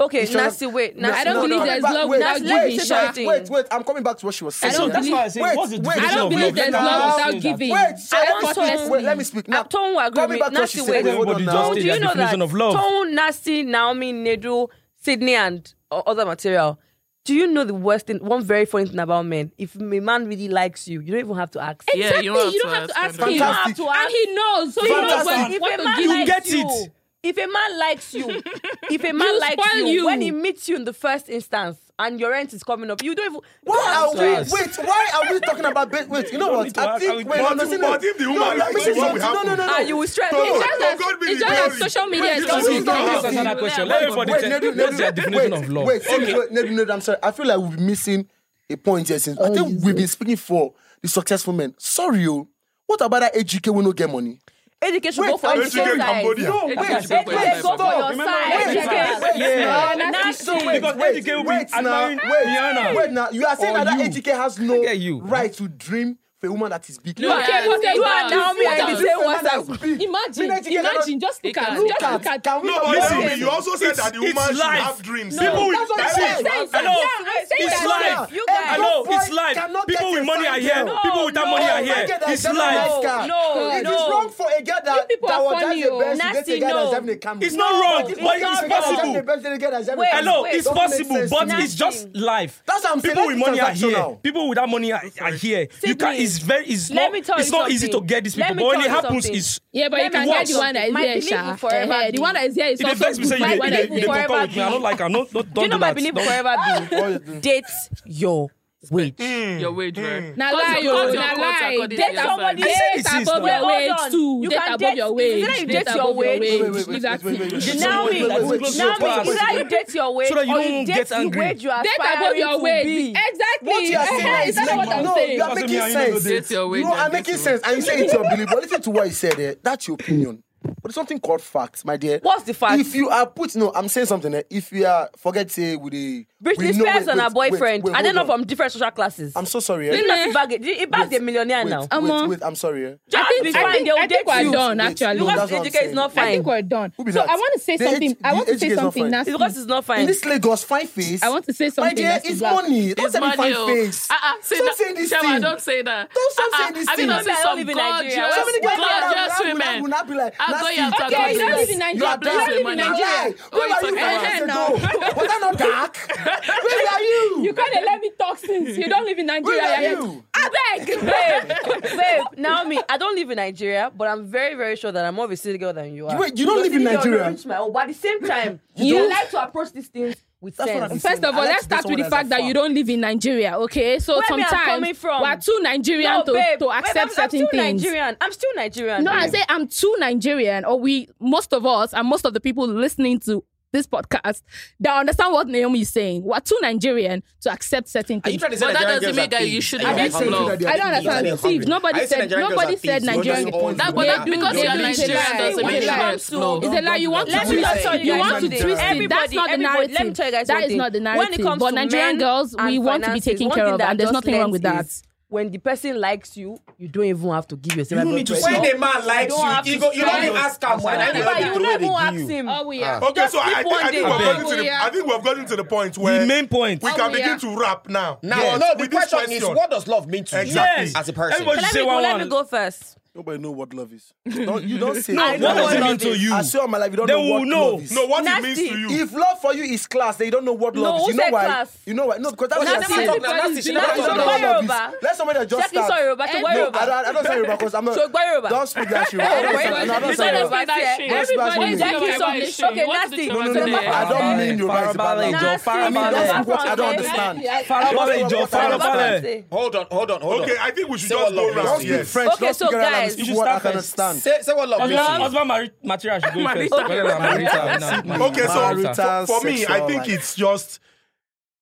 Okay,
It's just-
nasty. Wait,
No,
nasty.
I don't
no,
believe
no,
there's
but
love
wait,
without
wait,
giving,
wait,
sha.
Wait, wait, I'm coming back to what she was saying.
I don't
That's
believe-
why
say,
Wait,
what's the
wait,
definition
I don't
of
believe
love?
there's
Let me
love
ask
without
you that.
giving.
Wait, so
I
let me
want
speak.
to-
Wait, let me speak. Now,
Now, Tone will agree
Coming
with
back to what
Nasty
she
Wade.
said, hold on
Everybody
now.
just
Do
did
you
their
know
definition
that
of love.
Tone, Nasty, Naomi, Nedu, Sydney, and o- other material? Do you know the worst thing? One very funny thing about men: if a man really likes you, you don't even have to ask.
Yeah,
Exactly.
you
You
don't have
don't,
to
have to ask
ask
him.
them. Fantastic.
And he knows. So he knows
Fantastic.
when,
if
what
a
to
man
give.
likes
get
you,
it.
if a man likes you, if a man
You
likes
spoil
you,
you.
when he meets you in the first instance and your rent is coming up, you don't even.
Why are
don't
we
ask.
Yes.
wait? Why are we talking about ba- wait? You know
don't
what?
need to
I
ask. I will-
think wait.
But
I'm not
if-
saying
but
that-
if the
No,
woman
let me
likes
say
you, what
something.
will
No, no,
happen?
no,
Ah,
no.
you will stress.
Tone,
It's
Hey,
just
Oh,
that-
God be
it's just that
glory.
social media is
Wait,
just
wait,
too
wait, wait,
much.
wait,
Answer that question. Let
Wait,
everybody
wait,
tell-
Nedu,
what's
Nedu,
their definition
wait,
of love?
Wait, Simi, wait, Nedu, Nedu, I'm sorry. I feel like we're missing a point here
Oh,
since I think we've been speaking for the successful men. Sorry, yo. What about that AGK we no get money?
Education
Wait,
go for
I'm
education
educate
side.
Cambodia.
No, wait,
Educate
wait,
Cambodia.
wait,
Go for
stop.
your
Remember-
side.
Wait,
Educate-
wait,
Yeah.
nah,
Nasty.
so wait,
Because
wait,
AGK will be
wait, nah,
admiring
wait,
Rihanna.
wait, nah. You are saying
Or
that that
you.
AGK has no
Yeah, you.
right to dream for a woman that is big.
No,
Okay,
Yes,
okay,
you
you
are.
and Naomi are in the
Look
same
at-
WhatsApp.
Be- be like
Imagine,
together.
imagine, just look at,
Look
just
Can-
look at.
can we
No, but
not-
listen to me. You also said that the woman should
life.
have dreams.
No,
People
that's what I
listen,
said.
Yes, yeah,
Hello.
I'm saying
It's
that.
life.
You
Hey,
guys.
I know
boy
it's
cannot
life. People
get
with
a
money are
fine
here.
girl.
People without money are
I
here.
get that
It's
it's not
life.
nice guy.
No,
It is
no.
wrong for a guy that,
people
that
are
was
funny,
having a
oh.
best to
Nasty,
get a guy
no.
that's having a camera.
It's not wrong,
it's
but it's possible.
Wait,
I know
Wait,
it's
don't
make
possible,
sense
but
to
me.
it's just life.
That's what I'm saying,
People
let
with
it
money are
transactional.
here. People without money are, are here. You can.
Sydney,
It's very. It's
let
not.
me tell
It's
you
not easy to
something.
get these
Let
people.
me
But when
tell
it
you
happens,
something.
it's.
Yeah, but you
Let
can
me
get
tell
the
you
one that is
something. My
there,
belief will
Sha.
forever
Eh, eh, The
be-
one that is there is
It
also
affects me.
good.
Say you
Why
they,
one
they,
that
they
is there?
concur with me. I don't
be.
like. I don't. Not,
Do
don't
you know
do
my
that.
belief
Don't-
forever be? Date your wage.
Your wage, right?
Na
Cut
lie,
your- cut
oh,
your
na
contract
lie.
according to
Date
your
somebody
I
salary.
said
date
it is
above
now.
your
Wait,
wage
hold on.
too.
You
Date
can
above
date-
your wage.
is it that you
Date
date your
above
wage? Wait,
wait, wait, wait,
Leave that
wait, wait,
thing.
wait.
Date
Now
your
we,
wage,
now
that is
we,
close to your class.
is that you date your wage
So that you
or
don't
you
get
date the
angry.
wage you are
Date above
aspiring
your
to
wage.
be.
Exactly.
What you are
Eh,
saying
eh, Is that not
like,
what I'm
no,
saying?
you are
Doesn't
making
mean I know
sense.
this.
Date your wage.
No,
and
I'm
date
making
your
sense. And you say it's your belief, but listen to what you said there. That's your opinion. But it's something called facts, my dear.
What's the fact?
If you are put, no, I'm saying something. eh, If you are, forget say with the
Britney
with no-
Spears
wait,
and her
wait, wait,
boyfriend.
wait,
Are they
hold
not
on.
from different social classes?
I'm so sorry. eh.
Didn't not Ibag Ibag the millionaire
Wait,
now.
Omo.
wait, wait, I'm sorry. eh.
Just
I
be
think,
fine,
I think,
they'll
I
date
think we're
you.
done,
Wait,
actually.
no,
Because
that's
the
what I'm
educate is
saying.
not
I
fine.
think we're done.
Who be
So
that?
I want to say
The H-
something. I
the
want to say
HK is not
something
fine.
nasty.
It's because it's not
In
fine.
this Lagos fine face,
I want to say
my
something
dear,
that's
it's
black.
money. Don't
It's
say me
money,
fine
oh.
face.
Uh, uh, say
Stop
that.
saying this
Shema,
thing.
don't say that.
Don't stop
Uh, uh,
saying this
I
thing.
think
That's
there's
why I
some
live in
gorgeous,
Nigeria.
So many guys that
gorgeous
are women.
women.
Will not be like,
I'll go
nasty.
here and talk
Okay,
about
you don't
this.
live in
You
Nigeria.
are
God bless
dark.
you,
You are
man.
dark.
Oh,
Where are
it's
you
okay.
five
Eh,
eh,
years
no.
ago? Was that not dark? Where are you?
You can't let me talk since you don't live in Nigeria.
Where are
yeah, yeah.
you?
I beg.
babe, babe, Naomi, I don't live in Nigeria, but I'm very, very sure that I'm more of a city girl than you are.
Wait, you don't
Your
live in
city girl
Nigeria?
don't reach my own, but at the same time, you,
don't?
like to approach these things with
That's what I'm
sense.
saying.
First of
I
all,
like
let's
to date
start with
someone
the
that's
fact
a
that
fan.
you don't live in Nigeria, okay? So
Where me I'm coming
sometimes
from?
we're too Nigerian
No,
to,
babe,
to
babe,
accept
I'm,
certain
I'm still
things.
Nigerian. I'm still Nigerian.
No, I
babe.
say I'm too Nigerian, or we, most of us, and most of the people listening to this podcast that understand what Naomi is saying. We're too Nigerian to accept certain
Are you
things.
trying to say
But that
Nigerian
doesn't
girls
mean
are
that you
thieves?
should
Are
have
thieves?
a
Are
love.
they
I don't
thieves? Are
understand.
they
Steve,
hungry?
nobody
Are you
said-
saying Nigerian girls
nobody
are
said
thieves? What
Nigerian-
does it all
That- but
mean? They
that
are
because
thieves.
you are
They are thieves.
Nigerian doesn't
When
mean
it
that.
comes to-
It's a lie. You want to
Let
Don't do
me
twist.
just
that.
tell
it.
you
You
guys
want to
something.
Don't do that.
twist it. That's
Everybody,
not the
everybody,
narrative.
Let me tell you guys
That
something.
is not the narrative.
When it comes
but
to
Nigerian
men
girls,
and
we want to be
finances,
taken
one
care
thing
of,
that I
and there's
just
nothing wrong
learned
with that.
is When the person likes you, you don't even have to give yourself.
don't need to
blood
say-
When
pressure.
a man likes
don't have
you, you
to
go- you don't
stress.
even ask him why.
But
Now
you
you
will
know the
not
throw
even
they
ask
give you.
him.
we are.
Okay,
Just
so I, I,
keep
think, I
one
think
day.
we've gotten
Oh,
to the
yeah.
I think we've gotten to the point where
The main point.
we
Oh,
can
yeah.
begin to wrap now.
Now,
Yes,
no, the
with this
question, is what does love mean to you
Exactly.
Yes.
as a person?
Everybody
Let
say
me go.
one
Let
one.
me go first.
Nobody know what love is. Don't, you don't say.
I know
No, what does
what
it mean
love
to
is.
you?
I swear on my life, you don't
They
know
will
what
know.
love is.
No, what
Nasty.
it means to you.
If love for you is class, then you don't know what love
No,
is.
who
You know
said
why?
class?
You know why? No, because that's
Well, now
what I'm
never
saying.
talk like that. She
Now
never
you
talk
That's what
don't
like that.
buy
love is.
Yoruba.
Let somebody that just
Check this
start.
Yoruba. Check
Eh, no,
No, I
Yoruba.
don't, I don't say Yoruba because I'm not.
So, Yoruba.
Don't speak that shit. I don't
Yoruba. It's
say- I don't say
not
Yoruba.
about that
Everybody
shit.
Everybody's
is
That's
talking
what Okay, nasty.
No, no, no, no.
Yoruba.
I don't mean Yoruba is a bad
Farabalẹ̀
love.
jọ,
I mean,
farabalẹ̀.
that's what I don't
Okay.
understand.
Farabalẹ̀ jọ,
Yoruba
farabalẹ̀.
person.
Hold on, hold on, hold on.
Okay, I think we should
Say
just go
what love means
round.
to you.
Yes.
French,
Okay,
don't
so
speak Arab
guys-
and
You
speak
should
what I
start
can
first.
understand.
Say, say what love means to
Husband,
you.
husband mari- material should go
Marital.
first. Whether na marital,
Marital.
na-
Okay, so
Marital
for, for me, I
sexual
think
life.
it's just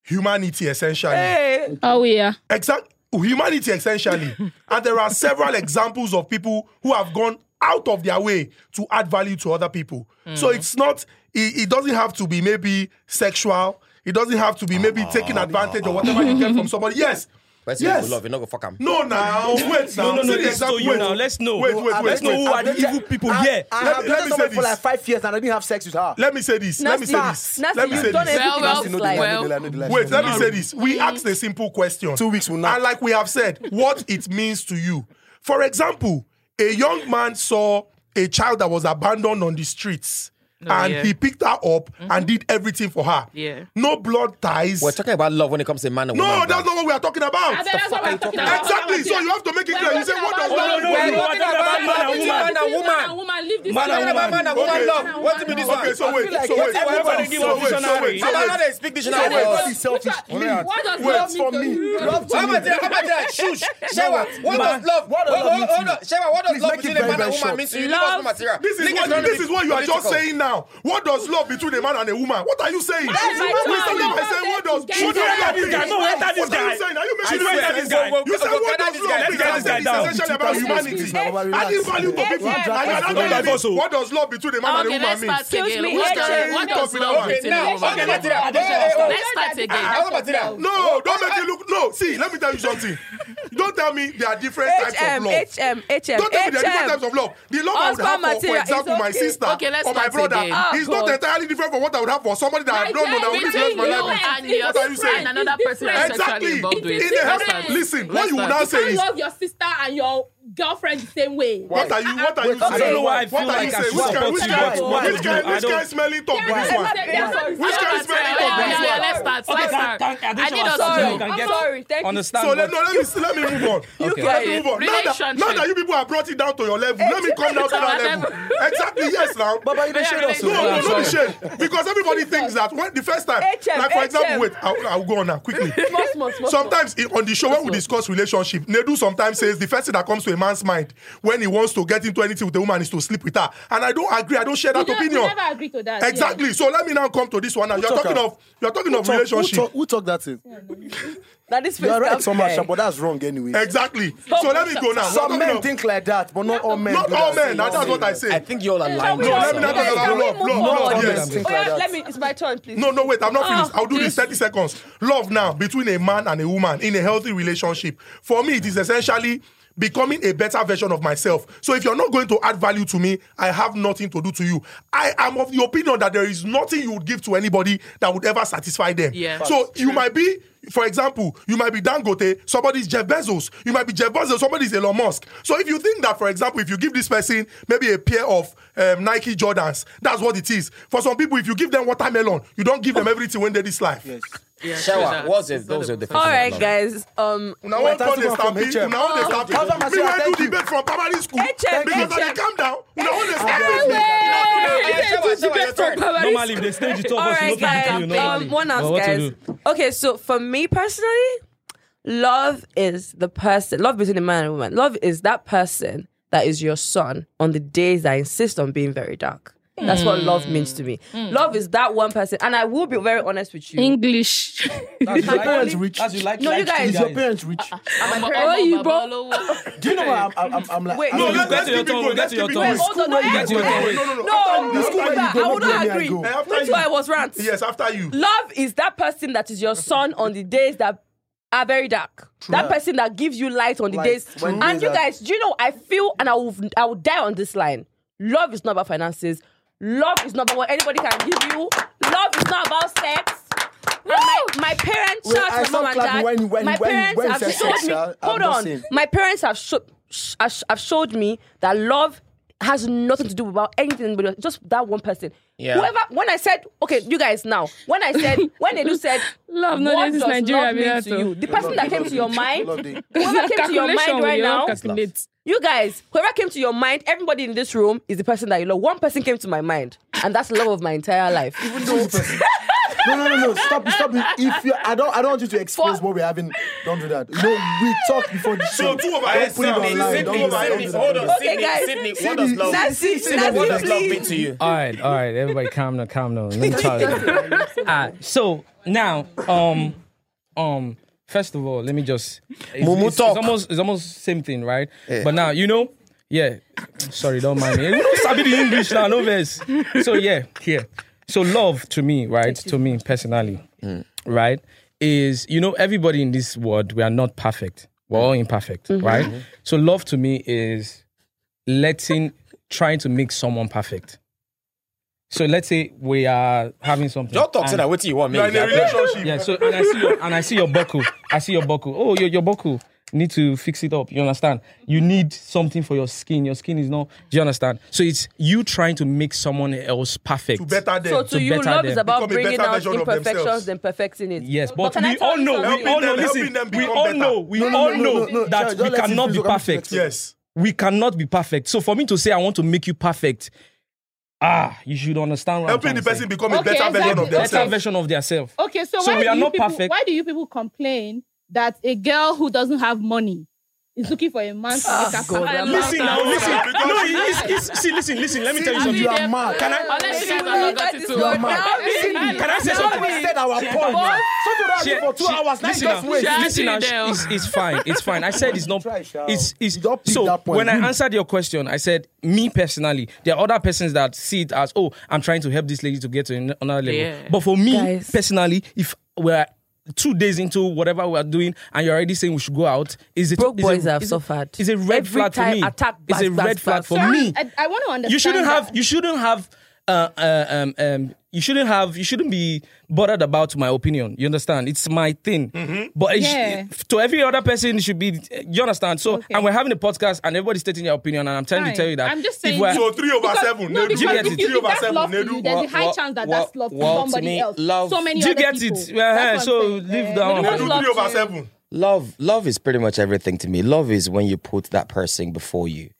humanity essentially.
Hey,
Oh yeah.
Exact humanity essentially. and there are several examples of people who have gone out of their way to add value to other people.
Mm.
So it's not it, it doesn't have to be maybe sexual. It doesn't have to be maybe
Ah.
taking advantage or whatever you get from somebody. Yes.
Let's say
Yes.
you love, you no go fuck him.
No now. Wait now. Say
No, no, no.
the
Let's
exact-
know you
wait.
now. Let's know.
Wait, wait, wait.
Let's know who
wait. Ah,
are the evil
Oh,
people here.
I
Let
have
me- let
dated
me
someone
say
for
this.
like five years and I didn't have sex with her.
Let me say this. Let me say this.
Nasty,
Let me
you've
say
done
this.
everything
Well,
else
You
well,
know the
like-
lie,
well.
you know the lie, you know the lie.
Wait, let me say this. We asked a simple question.
Two weeks will not-
And like we have said, what it means to you. For example, a young man saw a child that was abandoned on the streets. and
yeah.
he picked her up and did everything for her.
Yeah.
No blood ties.
We're talking about love when it comes to man and woman.
no,
bro.
that's not what we are talking about.
that's what I'm talking about.
Exactly. So you have to make it clear. You say, what does
Oh,
love
no, no,
mean?
no, we're talking about man and woman.
and woman.
woman, leave this
Man and
man.
Talking about man and woman
Okay.
love. What do you mean this
Okay,
one?
so wait,
like
so wait, so wait,
everybody
so
give
wait,
a
so wait, so
dictionary.
wait.
How about they speak dictionary?
Everybody
How
is selfish.
What does
Wait,
love
For
mean to
me,
you?
love to me.
about that? How about that? Shush. Shewa, what does love?
What does
Hold-
love
hold-
mean to
hold
you?
on. Shewa, what does
Please
love
make it
between a
very,
man and
very
woman
short.
mean to you? Give us
Love-
no material.
This is,
Niggas
what,
don't
this
be
is what you are just
political.
saying now. What does love between a man and a woman? What are you saying?
That's
we
my
started
point.
by saying what does
She
what does
don't
love
enter
mean?
this guy. No,
enter this
What are
guy.
you saying? Are you
She
making
don't
sense?
enter this guy.
You said
Go- go
what
gather
does love
this guy.
mean? I
Let's gather
said
this guy
it's essentially
down.
about
Two thousand
humanity.
six, Baba,
I
relax.
give value to
Yeah,
people.
yeah.
And you're not
Don't
telling
divulge,
me
oh.
what does love between a man and a
Okay,
woman
let's
mean?
start
Excuse
again.
me,
Who's
Ed,
carrying
what
talk
does
with
love
that one?
mean
Say
to
no
you?
woman.
Okay, material. Hey, hey, hey,
Let's start again.
Ah, what about that?
No, don't make it look. No, see, let me tell you something. Don't tell me there are different types of
HM,
love.
HM, HM,
Don't tell me there are different
HM.
types of love. The love I would
Husband
have for, for
material is
example, my
okay.
sister
Okay, let's Ah,
or my
start
brother
again.
Oh,
is
God.
not entirely different from what I would have for somebody that I don't know that will be
Between
best
you
for life.
and your
What are you
friend
saying?
and another person you're
Exactly.
sexually involved with.
In the
Let's
heaven-
start.
listen, what
Let's
you would
start.
not say-
You can't love your sister and your girlfriend the same way.
What are you? What are you?
Wait, I
don't know why I
saying? What are
feel like
you
I
saying?
should
Which guy?
support
Which
you.
guy?
What- what
Which
to
guy?
do? I
Which
don't-
guy smelling top?
There
This
is-
one.
there is-
Sorry.
Which guy is
Yeah,
smelling top?
yeah,
This
yeah,
one.
let's start.
Okay,
Let's
thank-
start.
thank- I
I
think
need
she
us
was
to
Sorry,
sorry.
know.
Can
I'm
get-
sorry. Thank you.
Understand
ah. So
what-
let, no, let me let me move on.
Okay.
Let me move on. Now that,
Relationship.
now that you people have brought it down to your level, let me come down to that level. exactly, yes, now.
But but you don't
Yeah,
shade us. oh.
really.
No,
Yeah,
no,
I'm
no,
sorry.
be shame. Because everybody thinks that when the first time,
HM,
like for
HM.
example, wait, I'll, I'll go on now quickly.
Small, small, small, small.
Sometimes in- on the show when we discuss relationship, Nedu sometimes says the first thing that comes to a man's mind when he wants to get into anything with a woman is to sleep with her, and I don't agree. I don't share that
We don't- we
opinion.
never agree to that. yeah.
Exactly. So let me now come to this one. Now you're
talk
talking
am?
of you're talking of
Talk- Who
relationship.
talk- who talk that thing?
That is
You are right
first
so much,
time.
but that's wrong anyway.
Exactly. So let me go now. We're
Some
talking
men
of-
think like that, but not all men.
Not
do
all
that.
men. Now, that's what I say.
I think you all are lying.
No, let me not talk about love. Love, love,
on?
yes.
Oh,
Think like
yeah,
that.
let me. It's my turn, please.
No, no, wait. I'm not finished.
Ah,
I'll do this 30 seconds. Love now between a man and a woman in a healthy relationship. For me, it is essentially becoming a better version of myself. So if you're not going to add value to me, I have nothing to do to you. I am of the opinion that there is nothing you would give to anybody that would ever satisfy them.
Yeah.
So you might be, for example, you might be Dangote, somebody's Jeff Bezos, you might be Jeff Bezos, somebody's Elon Musk. So if you think that, for example, if you give this person maybe a pair of um, Nike Jordans, that's what it is. For some people, if you give them watermelon, you don't give them everything when they this life. Yes.
Yeah, sure
Shower.
that.
What's it?
It's not
Those
a-
are the
All right, guys. Um,
Now one
that's
call they
not
start
from
me.
HM.
Now they start
How's that,
me.
Marcia?
Me when
Thank
do
you.
debate from primary school
HM.
because I dey calm down. Now all they start me.
Normally, if they stage it up,
All
us
right,
look at
guys.
you.
Um,
normally.
one
But
else,
what to
guys.
do?
Okay, so for me personally, love is the person. Love between a man and a woman. Love is that person that is your son on the days that I insist on being very dark. That's what love means to me. Love is that one person, and I will be very honest with you.
English.
That's
My parents
like-
rich.
That's you like.
No, you
like
guys-
Is
you
your parents rich?
Oh, you bro.
bro.
Do you know what I'm, I'm, I'm like?
Wait,
I'm
no,
No, let-
like,
Get
let's
to your
keep it
turn,
going.
get
Let's keep
to your
it
turn.
going.
Wait,
Hold on, no,
Get to your
no,
turn.
No, no,
No,
After you, after you.
I would not
Let me
agree.
go.
Me
After
too,
you.
I was rant.
Yes, after you.
Love is that person that is your son on the days that are very dark. That person that gives you light on the
Light.
days.
When
And
days
you
are-
guys, do you know? I feel, and I will, I will die on this line. Love is not about finances. Love is not about what anybody can give you. Love is not about sex. And my, my parents,
Wait,
shout
I
to my mom
stopped
and
clapping
dad.
when- when-
my
when-
parents
when
have
sex,
showed me.
yeah, I'm
Hold
not
on,
saying.
my parents have showed sh- have have showed me that love has nothing to do about anything but just that one person.
Yeah.
Whoever when I said okay, you guys now. When I said when they do said
Love, no,
what
this is
does
Nigeria,
love mean
Minato.
to you? The person that came to your mind,
Love day.
whoever came to your mind right now,
Calculate.
you guys, whoever came to your mind, everybody in this room is the person that you love. One person came to my mind, and that's the love of my entire life.
No, no, no, no! Stop, stop! it. If you, I don't, I don't want you to expose
For-
what we're having. Don't do that. You know, we talk before the
So
show.
two of our
don't put it
exes-
online. Don't
Sydney, Sydney,
do that. Don't do that.
Hold on,
Okay, guys.
Sydney, Sydney, what does love mean?
Nancy,
Sydney, what does
Nancy,
love mean
please.
to you?
All right, all right, everybody, calm down, calm down. Let me tell you. Ah, so now, um, um, first of all, let me just. It's,
Mumu
it's,
talk.
It's almost, it's almost same thing, right? But now, you know, yeah. Sorry, don't mind me. We don't sabi the English now, no verse. So yeah, here. So love to me, right? To me personally, right, is you know everybody in this world we are not perfect. We're all imperfect, right? So love to me is letting trying to make someone perfect. So let's say we are having something.
Don't talk
and-
to that. What do you want?
You're in a relationship.
Yeah. So and I see your and I see your buckle. I see your buckle. Oh, your your buckle need to fix it up. You understand? You need something for your skin. Your skin is not. Do you understand? So it's you trying to make someone else perfect.
To better them.
So to,
To
you,
better
love
them.
is about
Become a
bringing
better
out
version of
imperfections
themselves.
and perfecting it.
Yes, but,
can I
we
tell
all
you
know, we
something?
all know,
Helping them-
listen,
helping them
we
become
all
better.
know, we
No, no,
all
no,
know
no, no,
that
Charles,
we
don't let him
cannot
finish
be
what I'm
perfect.
saying.
Yes.
We cannot be perfect. So for me to say I want to make you perfect, ah, you should understand what
Helping
I'm
the
trying to
person
say.
become a
Okay,
better version
exactly.
of
better
themselves.
version of theirself.
Okay, so,
So
why
we
do
are
you
not
people,
perfect.
Why do you people complain that a girl who doesn't have money is looking for a man to make her perfect?
Listen now, listen.
Because-
No, it's, it's, see, listen, listen. Let me tell you
Sydney,
something.
you are mad.
Can I?
Unless you
Sydney,
guys have not got
that
it
is
to
your
work.
mouth.
Can I say something?
We said our point. now. So to
She-
that for two
she-
hours. Now you
listen
just
now,
wait.
She-
listen now,
Actually, Dale.
it's, it's fine. It's fine. I said it's not.
Try, Shao.
It's it's
You don't pick
so
that point.
when I
Mm.
answered your question, I said me personally. There are other persons that see it as oh, I'm trying to help this lady to get to an- another level.
Yeah.
But for me
Guys.
personally, if we're two days into whatever we're doing and you're already saying we should go out, is it
Broke
is
boys
it,
have
is it-
suffered.
Is a red
Every
flag for
time
me.
attack,
It's a
bash, bash,
red flag
bash.
for
Sorry,
me.
I, I want to understand.
You shouldn't
that.
have. You shouldn't have. Uh, uh, um, um, you shouldn't have. You shouldn't be bothered about my opinion. You understand? It's my thing. But it sh-
Yeah.
to every other person, it should be. You understand? So, and we're having a podcast, and everybody's stating their opinion, and I'm trying
Fine.
to tell you that.
I'm just
if
saying
we're-
So three over
Because-
seven.
No,
Nedu.
because
you
if
get it?
you
Three
think
over
that's love
seven.
for you,
Nedu.
there's a high
Well,
chance that
well,
that's love for
well, to
somebody
me,
else.
love-
so many
Do you
other
get it?
people.
Yeah,
That's
so
what I'm saying.
leave
Eh,
that
we
one.
don't
Nedu,
love
three over
to-
seven.
love love is pretty much everything to me love is when you put that person before you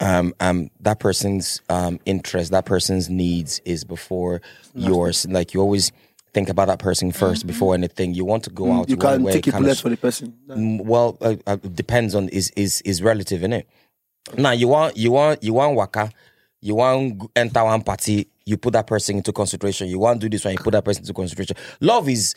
um um that person's um interest that person's needs is before yours like you always think about that person 1st before anything you want to go out
Mm, You
one
can
way,
take a
kind of
bullet for the person.
Mm, well uh, uh, depends on is is is relative in it now you want you want you want waka you want g- enter one party you put that person into consideration you want do this one you put that person into consideration love is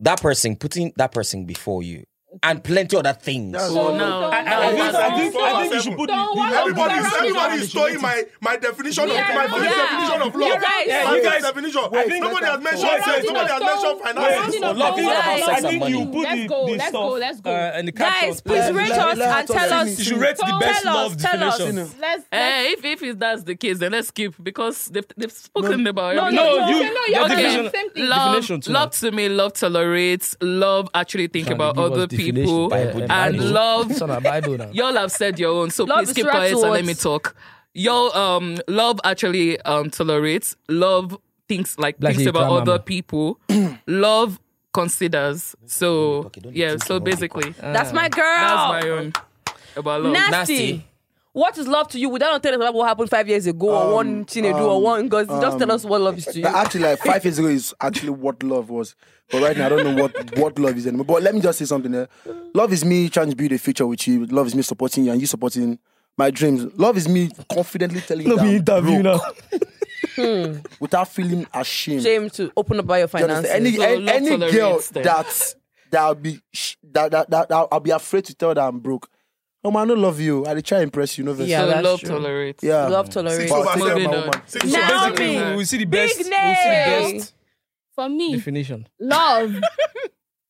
that person putting that person before you and plenty other things
Oh, no.
I- I-
No,
I
it's
think-
not.
I think-
I think you should
put Don't the- worry
Everybody,
about it.
everybody is throwing my my definition of
Yeah,
my
no,
police
yeah.
definition of love.
You're right.
My
Yeah,
you
police
guys-
definition.
think-
Nobody has mentioned
Wait,
sex.
wait,
Nobody has
wait.
mentioned
Wait,
finances.
no,
Love
no,
is about
guys.
sex.
I think
money.
you put
Let's
the,
go,
the
let's
stuff,
go, let's go.
Uh, and the
Guys,
caption.
please
Uh,
rate
let-
us
let
and
us
tell
finish.
us.
You should rate the
Tell
best
us,
loved
tell us.
definitions.
Let's. let's-
Eh, if if if that's the case, then let's skip because they've they've spoken about
No, no,
everything.
No, you-
no, no,
your
you're
definition-
correct. Same thing.
love,
Definition too.
love to me, love tolerates, love actually think
Trying to
about
give us
other
definition,
people,
Bible,
and
Bible.
love.
on a Bible now.
Y'all have said your own, so
Love
please
is
keep
right
quiet and let
towards-
me talk. Y'all, um, love actually um tolerates. Love thinks like
Like
thinks
a
about
grandmama.
other people. love considers. So yeah, so basically,
That's my girl.
that's my own about love.
Nasty.
Nasty.
What is love to you? We don't tell us about what happened five years ago
Um,
or one Chinedu or one Ngozi. Just tell us what love is to you.
That actually, like five years ago, is actually what love was. But right now, I don't know what, what love is anymore. But let me just say something there. Love is me trying to build a future with you. Love is me supporting you and you supporting my dreams. Love is me confidently telling you that
interview now.
without feeling ashamed.
Shame to open up about your
Do you understand?
finances.
Any,
So
any,
love
any
tolerates
girl
them.
that that'll be sh- that, that, that, that I'll be afraid to tell that I'm broke. Oh man, I don't love you. I try to impress you, no verse.
Yeah,
so
that's
love
true.
tolerates.
yeah.
love
Six
tolerates.
But I
over
still
seven.
am my
Moving
woman.
on.
Six
Now-
over seven.
Basically, we will see the
Big
best. We'll see the
name.
best
For me,
definition.
love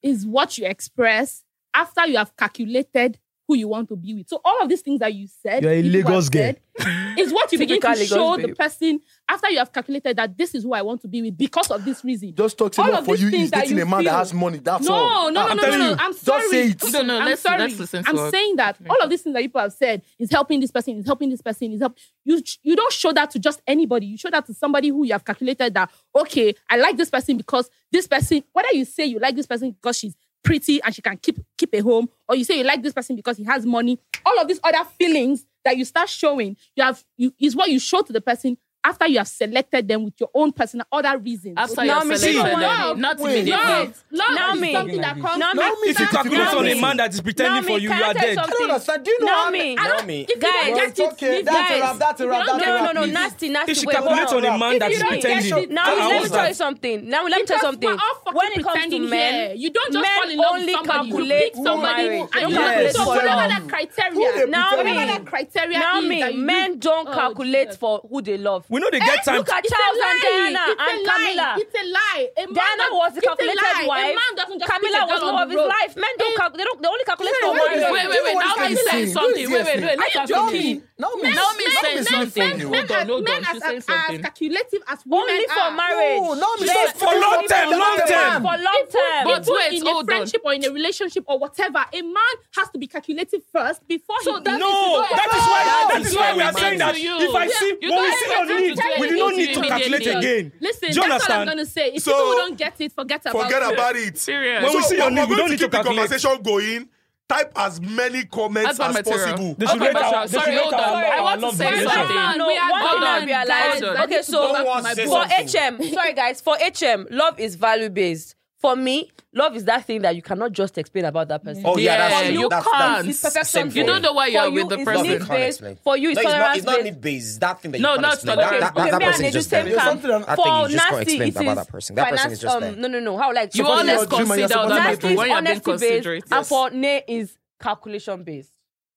is what you express after you have calculated who you want to be with. So all of these things that you said,
You're a
you people have
Lagos girl.
said, is what you begin to
Typical Lagos
show the
babe.
person after you have calculated that this is who I want to be with because of this reason.
Just talk
All
enough
of
for
these
you
things
is
that
dating
you
a man
feel.
that has money. That's
No,
all.
no, no,
I'm
no, no,
telling
no.
you,
I'm
just
sorry.
say it.
No, no,
I'm
let's-
sorry.
let's listen to
I'm
us.
saying that all of these things that people have said is helping this person, is helping this person, is help. You you don't show that to just anybody. You show that to somebody who you have calculated that okay, I like this person because this person. Whether you say you like this person because she's pretty and she can keep keep a home, or you say you like this person because he has money. All of these other feelings that you start showing, you have you is what you show to the person. After you have selected them with your own personal other reasons.
After your
Naomi,
selection,
see,
love-
not
wait,
immediately.
Love, love
Naomi.
is something that comes.
Naomi, Naomi,
If you calculate
Naomi.
on a man that is pretending for you, you
can I
are
tell
dead.
something?
I don't understand. Do you know how-
Naomi.
I don't-
Naomi.
If you
Guys,
don't
it's
get it,
okay.
leave
That's
it.
a wrap. That's a
If
wrap.
you don't
That's a
No,
get
no,
wrap.
no,
Please.
nasty,
If
nasty.
she
Wait, hold
calculates on
on.
a man
If
that
you
is
don't get
pretending.
it-
Now
I
let me
was
tell
like-
you something. Now let me tell you
Because
something.
we're all fucking
When it comes to
pretending
men,
here. you don't just
men
fall in love with
only
somebody. You
calculate
pick somebody
for marriage.
and you
Yes.
calculate so
Yes.
whatever
Yes.
that
Who they
criteria.
Now
whatever
me.
that criteria
Now
is that
me,
you
men
use-
don't
Oh,
calculate
Jesus.
for who they love.
We know they get time.
Look at
It's a
Charles and
lie.
Diana
It's a
and
lie.
Camilla.
It's a lie. A man does-
Diana was the
it's a
calculated
lie.
wife.
A man doesn't just
Camilla
pick a
was
girl
love
on
of
the
his
road.
life. Men don't calculate. They, don't, they only calculate for
Wait,
marriage.
Do
wait, wait,
you know what
Naomi
is
said
happening?
something.
Do you
Wait, wait,
see
wait, let her
us? Naomi,
continue.
Naomi,
Men,
Naomi
men,
said
men,
something.
men,
Hold
men,
on,
are-
hold
men
on.
are
She
as,
said something.
calculative as women
Only
are.
ah,
for marriage.
No, Naomi,
Yes.
just
For long term, long term.
For long term.
But
People
wait,
in a
hold on.
friendship or in a relationship or whatever, a man has to be calculative first before he
that
No,
That
that is why. That
is
is why
why
we are
we
saying
man
that.
to you.
If I
Yeah.
see
You
what we
don't
see
have
on
to
need,
tell
we
you
do not
to
need to
immediately.
calculate again.
Listen,
Do
that's
you
all I'm
understand?
gonna say. If
So-
people don't get it, forget about
Forget
it.
about it.
Serious.
When we see
we're
your name, we
going
don't need to
keep the
calculate.
conversation going. Type as many comments
That's my
as
material.
possible.
They should
Okay,
rate
but
our-
sorry,
they should
hold
rate
on.
our-
I
our
want to
love
say
definition.
something.
No,
We are
one thing I
done.
realized.
Done.
Okay, so
Don't want to say
for
something.
HM, sorry guys, for HM, love is value based. For me, love is that thing that you cannot just explain about that person.
Oh, yeah,
Yeah,
that's
you
that's, That's,
can't. It's
same
You
for
don't
me.
know why
For
you are
you,
with the
it's
person.
need-
Love, you can't
based.
explain.
For you, it's
no, it's not,
tolerance
it's not
based.
need based. It's that thing that you
No,
can't
no, it's
explain.
tolerance
That, that, that,
Okay,
that
me and
person is
Edu
just
same
there.
camp.
something that-
I
For
think you just can't
nasty,
explain
it
that about
is
that person. That person is just there.
finance- um, No, no, no. How like
You
supposing you're-
dream and
always
you're
consider
supposed
other
to
nasty
people
is
when you are being
honesty based,
considerate.
and for nay is calculation based.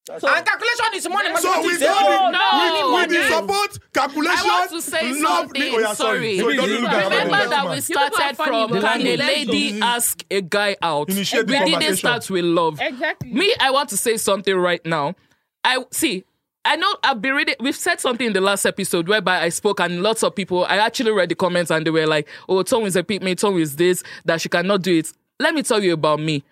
and calculation is money.
So we
mathematics,
don't
eh?
be-
No,
we, we be
no.
support calculation.
I want to say something,
Oh, yeah, sorry.
sorry.
So don't
Remember
look at
Remember
that.
that
Gentlemen.
we started
funny,
from
but
can a
like-
lady ask a guy out?
Initiate the
we
conversation.
didn't start with love.
Exactly.
Me, I want to say something right now. I see. I know I've been reading. We've said something in the last episode whereby I spoke, and lots of people. I actually read the comments, and they were like, "Oh, Tom is a pygmy. Tom is this that she cannot do it." Let me tell you about me.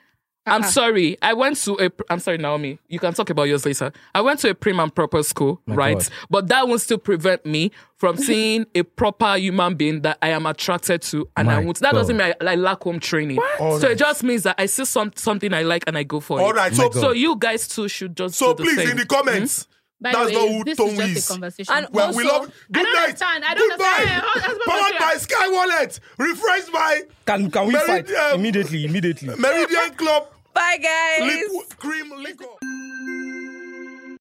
I'm sorry. I went to a. pr- I'm sorry, Naomi. You can talk about yours later. I went to a prim and proper school, right?
God.
But that won't still prevent me from seeing a proper human being that I am attracted to, and I
My
won't. That doesn't
God.
mean I, I lack home training. So
Alright.
it just means that I see some something I like and I go for it.
All right, so,
So you guys too should just
so
do the
please,
same. Hmm?
in the comments,
By
that's
the
not
way,
who
this
Tom
is just
is.
a conversation.
And
Well, we
Also,
love. Good
don't
night.
understand, I don't
Goodbye.
understand. Hey, husband,
Powered
material.
by Sky Wallet. Refreshed by
Can, can we
Mary,
fight
um,
immediately? Immediately.
Meridian Club.
Bye, guys.
Liqu- cream liquor.